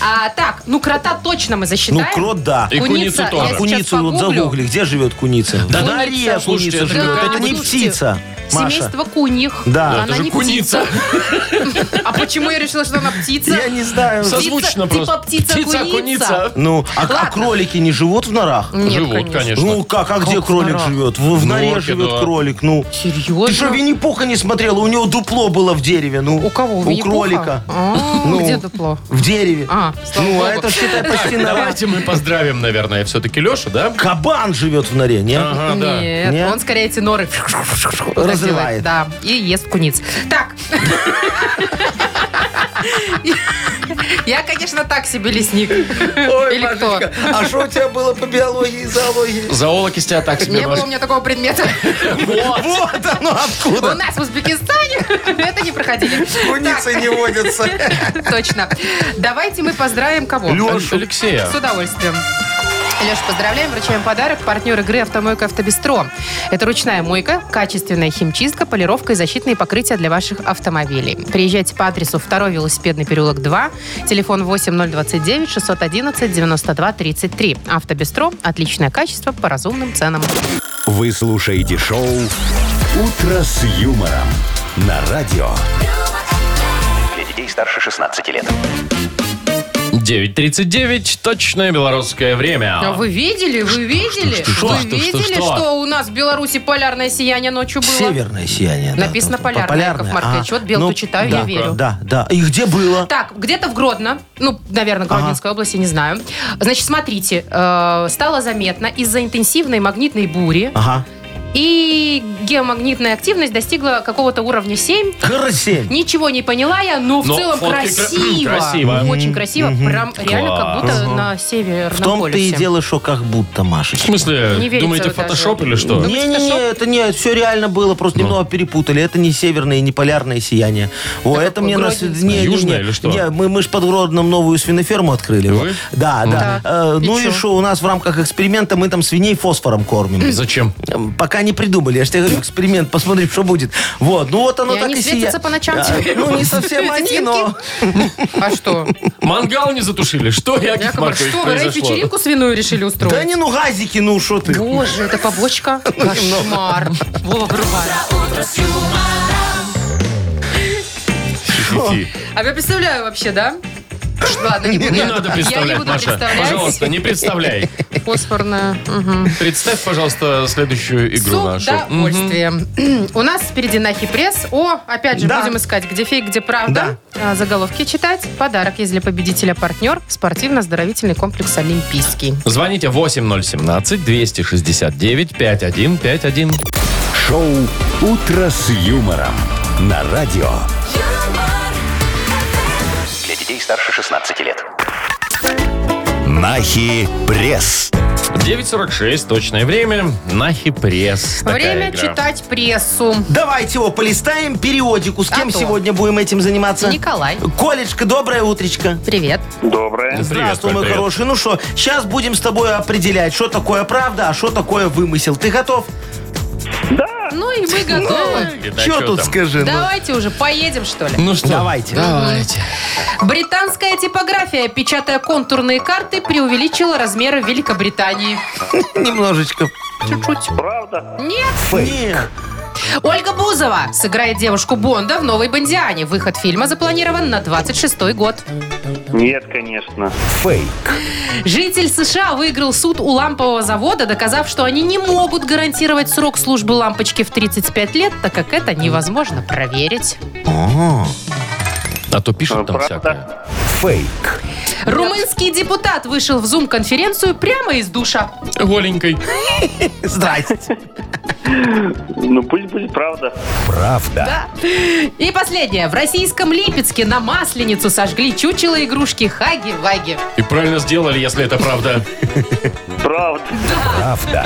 [SPEAKER 3] А, так, ну, крота точно мы
[SPEAKER 4] Ну,
[SPEAKER 3] засчитаем.
[SPEAKER 4] крот, да.
[SPEAKER 2] и куницу
[SPEAKER 3] Куница,
[SPEAKER 2] тоже.
[SPEAKER 3] я
[SPEAKER 4] Куницу вот
[SPEAKER 3] погуглю.
[SPEAKER 4] загугли, где живет куница?
[SPEAKER 2] Да
[SPEAKER 4] на
[SPEAKER 2] да.
[SPEAKER 4] реке
[SPEAKER 2] Слушайте,
[SPEAKER 4] куница
[SPEAKER 2] это
[SPEAKER 4] живет,
[SPEAKER 3] да,
[SPEAKER 4] это не
[SPEAKER 3] слушайте,
[SPEAKER 4] птица, Маша.
[SPEAKER 3] Семейство куних.
[SPEAKER 4] Да. Да,
[SPEAKER 3] она
[SPEAKER 2] это же
[SPEAKER 3] не
[SPEAKER 2] куница.
[SPEAKER 3] птица. А почему я решила, что она птица?
[SPEAKER 4] Я не знаю.
[SPEAKER 3] Со-
[SPEAKER 2] Созвучно
[SPEAKER 3] типа
[SPEAKER 2] просто.
[SPEAKER 3] птица, куница.
[SPEAKER 4] Ну, а, а
[SPEAKER 3] Ладно.
[SPEAKER 4] кролики не живут в норах?
[SPEAKER 3] Нет,
[SPEAKER 2] Живут,
[SPEAKER 4] Ну
[SPEAKER 2] конечно.
[SPEAKER 4] как, а где
[SPEAKER 3] Как
[SPEAKER 4] кролик
[SPEAKER 3] нора?
[SPEAKER 4] живет? В, в норе
[SPEAKER 2] норке,
[SPEAKER 4] живет
[SPEAKER 2] да.
[SPEAKER 4] кролик, ну. Ты что,
[SPEAKER 3] Серьезно?
[SPEAKER 4] Винни-Пуха не смотрела? У него дупло было в дереве, ну.
[SPEAKER 3] У кого?
[SPEAKER 4] У
[SPEAKER 3] Винни-Пуха?
[SPEAKER 4] кролика.
[SPEAKER 3] А,
[SPEAKER 4] Ну.
[SPEAKER 3] Где дупло?
[SPEAKER 4] В дереве.
[SPEAKER 3] А,
[SPEAKER 4] ну, а это, считай, почти нора.
[SPEAKER 2] Давайте мы поздравим, наверное, все-таки Леша, да?
[SPEAKER 4] Кабан живет в норе, не?
[SPEAKER 2] Ага, А, да.
[SPEAKER 3] Нет,
[SPEAKER 4] Нет?
[SPEAKER 3] он скорее эти норы
[SPEAKER 4] Разрывает.
[SPEAKER 3] Да, и ест куниц. Так. Я, конечно, так себе лесник. Или кто?
[SPEAKER 4] а что у тебя было по биологии и зоологии?
[SPEAKER 2] Зоолог из тебя так себе.
[SPEAKER 3] Не было у меня такого предмета.
[SPEAKER 4] Вот оно
[SPEAKER 3] У
[SPEAKER 4] откуда.
[SPEAKER 3] нас в Узбекистане это не проходили.
[SPEAKER 4] Куницы не водятся.
[SPEAKER 3] Так, Точно. Давайте мы поздравим кого?
[SPEAKER 2] Леша. Алексея.
[SPEAKER 3] С удовольствием. Леш, поздравляем, вручаем подарок. Партнер игры «Автомойка Автобестро». Это ручная мойка, качественная химчистка, полировка и защитные покрытия для ваших автомобилей. Приезжайте по адресу 2 велосипедный переулок 2, телефон 8029 611 92 33. «Автобестро» – отличное качество по разумным ценам.
[SPEAKER 1] Вы слушаете шоу «Утро с юмором» на радио.
[SPEAKER 5] Для детей старше 16 лет.
[SPEAKER 2] 9.39, точное белорусское время.
[SPEAKER 3] А вы видели, вы видели,
[SPEAKER 2] что,
[SPEAKER 3] вы
[SPEAKER 2] что, что,
[SPEAKER 3] видели,
[SPEAKER 2] что?
[SPEAKER 3] у нас в Беларуси полярное сияние ночью было?
[SPEAKER 4] Северное сияние. да,
[SPEAKER 3] Написано
[SPEAKER 4] там, там,
[SPEAKER 3] полярное, Яков Маркович. Вот белку
[SPEAKER 4] ну,
[SPEAKER 3] читаю,
[SPEAKER 4] да,
[SPEAKER 3] я верю.
[SPEAKER 4] Да, да. И где было?
[SPEAKER 3] Так, где-то в Гродно, ну, наверное, Гродненской области, не знаю. Значит, смотрите, э, стало заметно из-за интенсивной магнитной бури
[SPEAKER 4] Ага.
[SPEAKER 3] и геомагнитная активность достигла какого-то уровня 7.
[SPEAKER 4] Карасель.
[SPEAKER 3] Ничего не поняла я, но в
[SPEAKER 2] Но
[SPEAKER 3] целом
[SPEAKER 2] фотки кра-
[SPEAKER 3] красиво.
[SPEAKER 2] красиво.
[SPEAKER 3] Очень красиво, прям реально как будто на северном
[SPEAKER 4] В том-то и
[SPEAKER 3] полюсе.
[SPEAKER 4] дело, что как будто,
[SPEAKER 2] В
[SPEAKER 4] Машечка.
[SPEAKER 2] смысле,
[SPEAKER 3] Не верится
[SPEAKER 2] думаете,
[SPEAKER 3] вот Ну, даже.
[SPEAKER 2] фотошоп или что?
[SPEAKER 3] Думаете,
[SPEAKER 4] Не-не-не,
[SPEAKER 3] фотошоп?
[SPEAKER 4] это не, все реально было,
[SPEAKER 2] Ну.
[SPEAKER 4] просто немного перепутали. Это не северное и не полярное сияние. О,
[SPEAKER 3] Да
[SPEAKER 4] это
[SPEAKER 3] какое,
[SPEAKER 4] мне нас...
[SPEAKER 3] Гродненское?
[SPEAKER 4] не, не,
[SPEAKER 2] Южное
[SPEAKER 4] не.
[SPEAKER 2] или что?
[SPEAKER 4] Не, мы, мы же под Гродном новую свиноферму открыли.
[SPEAKER 2] Вы?
[SPEAKER 4] Да, да. Э,
[SPEAKER 3] И
[SPEAKER 4] ну
[SPEAKER 3] чё?
[SPEAKER 4] и что, у нас в рамках эксперимента мы там свиней фосфором кормим.
[SPEAKER 2] Зачем?
[SPEAKER 4] Эм, Пока не придумали. Я же тебе говорю, эксперимент, посмотрим, что будет. Вот, ну вот оно
[SPEAKER 3] И
[SPEAKER 4] так
[SPEAKER 3] они
[SPEAKER 4] и
[SPEAKER 3] светятся
[SPEAKER 4] сия-
[SPEAKER 3] по ночам
[SPEAKER 4] Да,
[SPEAKER 3] теперь.
[SPEAKER 4] Ну, не совсем
[SPEAKER 3] Эти
[SPEAKER 4] они, но...
[SPEAKER 3] А что?
[SPEAKER 2] Мангал не затушили. Что, Яков
[SPEAKER 3] Яков Маркович,
[SPEAKER 2] Маркович,
[SPEAKER 3] что вы
[SPEAKER 2] произошло?
[SPEAKER 3] вечеринку свиную решили устроить?
[SPEAKER 4] Да не, ну газики, ну что ты.
[SPEAKER 3] Боже, это побочка. Кошмар. Вова, вырубай.
[SPEAKER 2] Хи-хи.
[SPEAKER 3] А я представляю вообще, да? Ладно, не буду.
[SPEAKER 2] Не
[SPEAKER 3] я-
[SPEAKER 2] надо
[SPEAKER 3] Я не
[SPEAKER 2] представлять,
[SPEAKER 3] буду
[SPEAKER 2] Маша.
[SPEAKER 3] представлять.
[SPEAKER 2] Пожалуйста, не представляй.
[SPEAKER 3] Фосфорная. мгм.
[SPEAKER 2] Представь, пожалуйста, следующую
[SPEAKER 3] С
[SPEAKER 2] игру нашу.
[SPEAKER 3] удовольствием. У нас впереди Нахи Пресс. О, опять же,
[SPEAKER 4] Да.
[SPEAKER 3] будем искать, где фейк, где правда. А, Заголовки читать. Подарок, если победителя партнер, спортивно-оздоровительный комплекс «Олимпийский».
[SPEAKER 2] Звоните 8017-269-5151.
[SPEAKER 1] Шоу «Утро с юмором» на радио.
[SPEAKER 5] Для детей старше 16 лет.
[SPEAKER 1] Нахи пресс.
[SPEAKER 2] 9.46, точное время. Нахи пресс. такая
[SPEAKER 3] Время
[SPEAKER 2] игра.
[SPEAKER 3] читать прессу.
[SPEAKER 4] Давайте его полистаем периодику. С кем
[SPEAKER 3] А то.
[SPEAKER 4] сегодня будем этим заниматься?
[SPEAKER 3] Николай.
[SPEAKER 4] Колечка, доброе утречко.
[SPEAKER 3] Привет.
[SPEAKER 6] Доброе.
[SPEAKER 4] Здравствуй,
[SPEAKER 2] Коль,
[SPEAKER 4] мой
[SPEAKER 2] привет.
[SPEAKER 4] хороший. Ну что, сейчас будем с тобой определять, что такое правда, а что такое вымысел. Ты готов?
[SPEAKER 6] Да.
[SPEAKER 3] Ну и мы готовы.
[SPEAKER 2] Да
[SPEAKER 4] Чё
[SPEAKER 2] чё
[SPEAKER 4] тут
[SPEAKER 2] там?
[SPEAKER 4] скажи? ну?
[SPEAKER 3] Давайте уже поедем, что ли?
[SPEAKER 2] Ну что?
[SPEAKER 4] Давайте.
[SPEAKER 2] Давайте.
[SPEAKER 3] Британская типография, печатая контурные карты, преувеличила размеры Великобритании.
[SPEAKER 4] Немножечко.
[SPEAKER 3] Чуть-чуть.
[SPEAKER 6] Правда.
[SPEAKER 3] Нет.
[SPEAKER 4] Нет.
[SPEAKER 3] Ольга Бузова сыграет девушку Бонда в «Новой Бондиане». Выход фильма запланирован на 26 год.
[SPEAKER 6] Нет, конечно.
[SPEAKER 3] Житель США выиграл суд у лампового завода, доказав, что они не могут гарантировать срок службы лампочки в 35 лет, так как это невозможно проверить.
[SPEAKER 2] А то пишут там
[SPEAKER 6] Правда.
[SPEAKER 4] Э,
[SPEAKER 2] всякое.
[SPEAKER 1] Фейк.
[SPEAKER 3] Румынский депутат вышел в зум-конференцию прямо из душа.
[SPEAKER 2] Голенькой.
[SPEAKER 4] Здрасте.
[SPEAKER 6] Ну, пусть будет правда.
[SPEAKER 1] Правда.
[SPEAKER 3] И последнее. В российском Липецке на Масленицу сожгли чучело игрушки Хаги-Ваги.
[SPEAKER 2] И правильно сделали, если это правда.
[SPEAKER 6] Правда.
[SPEAKER 1] Правда.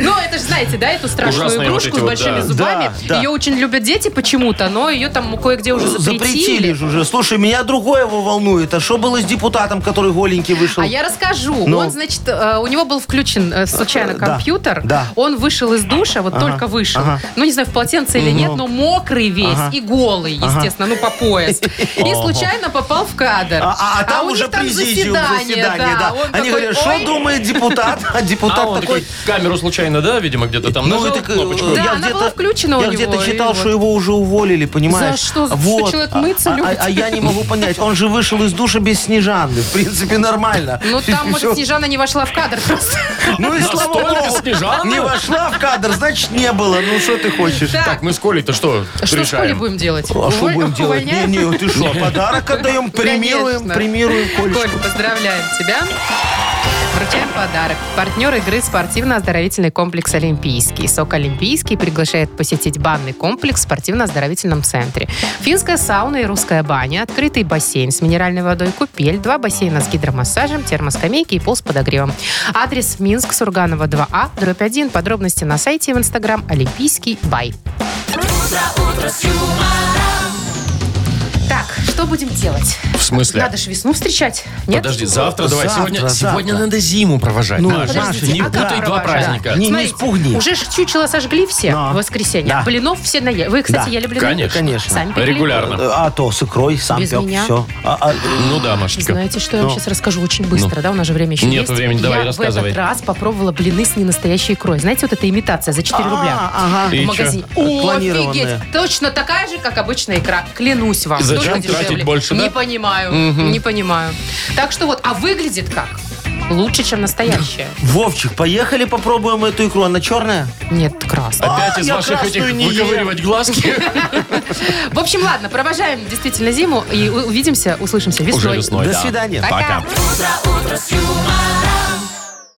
[SPEAKER 3] Ну, это же, знаете, да, эту страшную
[SPEAKER 2] Ужасные вот эти
[SPEAKER 3] игрушку с
[SPEAKER 2] вот,
[SPEAKER 3] большими
[SPEAKER 2] да.
[SPEAKER 3] зубами.
[SPEAKER 4] Да, да.
[SPEAKER 3] Ее очень любят дети почему-то, но ее там кое-где уже
[SPEAKER 4] Запретили
[SPEAKER 3] запретили.
[SPEAKER 4] же уже. Слушай, меня другое его волнует. А что было с депутатом, который голенький вышел?
[SPEAKER 3] А я расскажу.
[SPEAKER 4] Ну.
[SPEAKER 3] Он, значит, э, у него был включен э, случайно
[SPEAKER 4] Э, да,
[SPEAKER 3] компьютер.
[SPEAKER 4] да.
[SPEAKER 3] Он вышел из душа, вот только вышел.
[SPEAKER 4] ага. Ну.
[SPEAKER 3] Ну, не знаю, в полотенце или нет, но мокрый весь
[SPEAKER 4] Ага.
[SPEAKER 3] и голый, естественно, ну, по пояс. И случайно попал в кадр.
[SPEAKER 4] А, а- а там
[SPEAKER 3] у них
[SPEAKER 4] уже президиум, да.
[SPEAKER 3] Он
[SPEAKER 4] Они
[SPEAKER 3] такой,
[SPEAKER 4] говорят, что
[SPEAKER 3] «Ой,
[SPEAKER 4] думает депутат? А депутат
[SPEAKER 2] А он такой
[SPEAKER 4] такой...
[SPEAKER 2] камеру случайно, да, видимо, где-то там
[SPEAKER 4] Ну,
[SPEAKER 2] нажал
[SPEAKER 4] и так, э,
[SPEAKER 2] кнопочку.
[SPEAKER 3] Да, она была включена у
[SPEAKER 4] я
[SPEAKER 3] него,
[SPEAKER 4] где-то
[SPEAKER 3] и
[SPEAKER 4] читал,
[SPEAKER 3] вот.
[SPEAKER 4] что его уже уволили, понимаешь?
[SPEAKER 3] За что? За то, что
[SPEAKER 4] вот.
[SPEAKER 3] человек мыться
[SPEAKER 4] а, а-
[SPEAKER 3] любит?
[SPEAKER 4] а я не могу понять. Он же вышел из душа без Снежанны. В принципе, нормально.
[SPEAKER 3] Ну, там, может,
[SPEAKER 4] Всё.
[SPEAKER 3] Снежана не вошла в кадр просто.
[SPEAKER 4] Ну и слава
[SPEAKER 2] Настолько
[SPEAKER 4] богу.
[SPEAKER 2] Снежанна?
[SPEAKER 4] Не вошла в кадр, значит, не было. Ну, что ты хочешь?
[SPEAKER 2] Так, мы с Колей-то что
[SPEAKER 3] Что в школе
[SPEAKER 2] решаем?
[SPEAKER 3] будем делать?
[SPEAKER 4] А что
[SPEAKER 3] Уволь-
[SPEAKER 4] будем делать? Не,
[SPEAKER 3] увольняем?
[SPEAKER 4] не, ты что, подарок отдаем, премируем,
[SPEAKER 3] Конечно.
[SPEAKER 4] премируем Колечку.
[SPEAKER 3] Коль, поздравляем тебя. Вручаем подарок. Партнер игры спортивно-оздоровительный комплекс «Олимпийский». СОК «Олимпийский» приглашает посетить банный комплекс в спортивно-оздоровительном центре. Финская сауна и русская баня, открытый бассейн с минеральной водой, купель, два бассейна с гидромассажем, термоскамейки и пол с подогревом. Адрес Минск, Сурганова 2А, дробь 1. Подробности на сайте и в Инстаграм «Олимпийский бай». Так, что будем делать?
[SPEAKER 2] В смысле?
[SPEAKER 3] Надо же весну встречать, нет?
[SPEAKER 2] Подожди, завтра давай.
[SPEAKER 4] Завтра,
[SPEAKER 2] Сегодня,
[SPEAKER 4] завтра.
[SPEAKER 2] сегодня надо зиму провожать.
[SPEAKER 4] Ну,
[SPEAKER 2] Маша,
[SPEAKER 4] подождите,
[SPEAKER 2] не
[SPEAKER 4] а как
[SPEAKER 2] путай два
[SPEAKER 3] провожать?
[SPEAKER 2] праздника.
[SPEAKER 4] Не, не
[SPEAKER 3] Смотрите,
[SPEAKER 4] спугни.
[SPEAKER 3] Уже ж чучело сожгли все
[SPEAKER 4] Да.
[SPEAKER 3] в воскресенье. а
[SPEAKER 4] Да.
[SPEAKER 3] Блинов все наели. Вы, кстати,
[SPEAKER 4] Да.
[SPEAKER 3] ели блины?
[SPEAKER 2] Конечно.
[SPEAKER 4] Конечно.
[SPEAKER 3] Сами пекли?
[SPEAKER 2] Регулярно.
[SPEAKER 4] Э, А то с икрой сам А,
[SPEAKER 3] Без
[SPEAKER 4] пек,
[SPEAKER 3] меня?
[SPEAKER 4] все.
[SPEAKER 2] Ну да, Машечка.
[SPEAKER 3] Знаете, что я
[SPEAKER 4] Ну.
[SPEAKER 3] вам сейчас расскажу очень быстро, да? У нас же время еще
[SPEAKER 2] Нету
[SPEAKER 3] есть.
[SPEAKER 2] Ну. времени, давай,
[SPEAKER 3] я
[SPEAKER 2] рассказывай.
[SPEAKER 3] в этот раз попробовала блины с ненастоящей икрой. Знаете, вот эта имитация за
[SPEAKER 4] А.
[SPEAKER 3] 4 рубля.
[SPEAKER 4] Ага.
[SPEAKER 2] И
[SPEAKER 3] в
[SPEAKER 2] чё?
[SPEAKER 3] магазине. О,
[SPEAKER 4] Клонированная.
[SPEAKER 3] офигеть! Точно такая же, как обычная икра. Клянусь вам.
[SPEAKER 2] И зачем
[SPEAKER 3] Только
[SPEAKER 2] тратить
[SPEAKER 3] дешевле.
[SPEAKER 2] больше,
[SPEAKER 3] Не
[SPEAKER 2] да?
[SPEAKER 3] понимаю, не понимаю. Так что вот, а выглядит как? Лучше, чем настоящая.
[SPEAKER 4] Вовчик, поехали попробуем эту икру. Она черная?
[SPEAKER 3] Нет, красная.
[SPEAKER 2] Опять
[SPEAKER 4] А,
[SPEAKER 2] из
[SPEAKER 4] я
[SPEAKER 2] ваших
[SPEAKER 4] красную
[SPEAKER 2] этих
[SPEAKER 4] не ем.
[SPEAKER 2] выковыривать глазки.
[SPEAKER 3] В общем, ладно, провожаем действительно зиму и у- увидимся, услышимся весной.
[SPEAKER 2] Уже весной,
[SPEAKER 4] До
[SPEAKER 2] да.
[SPEAKER 4] свидания.
[SPEAKER 2] Пока.
[SPEAKER 3] Пока.
[SPEAKER 9] Утро, утро с юмором.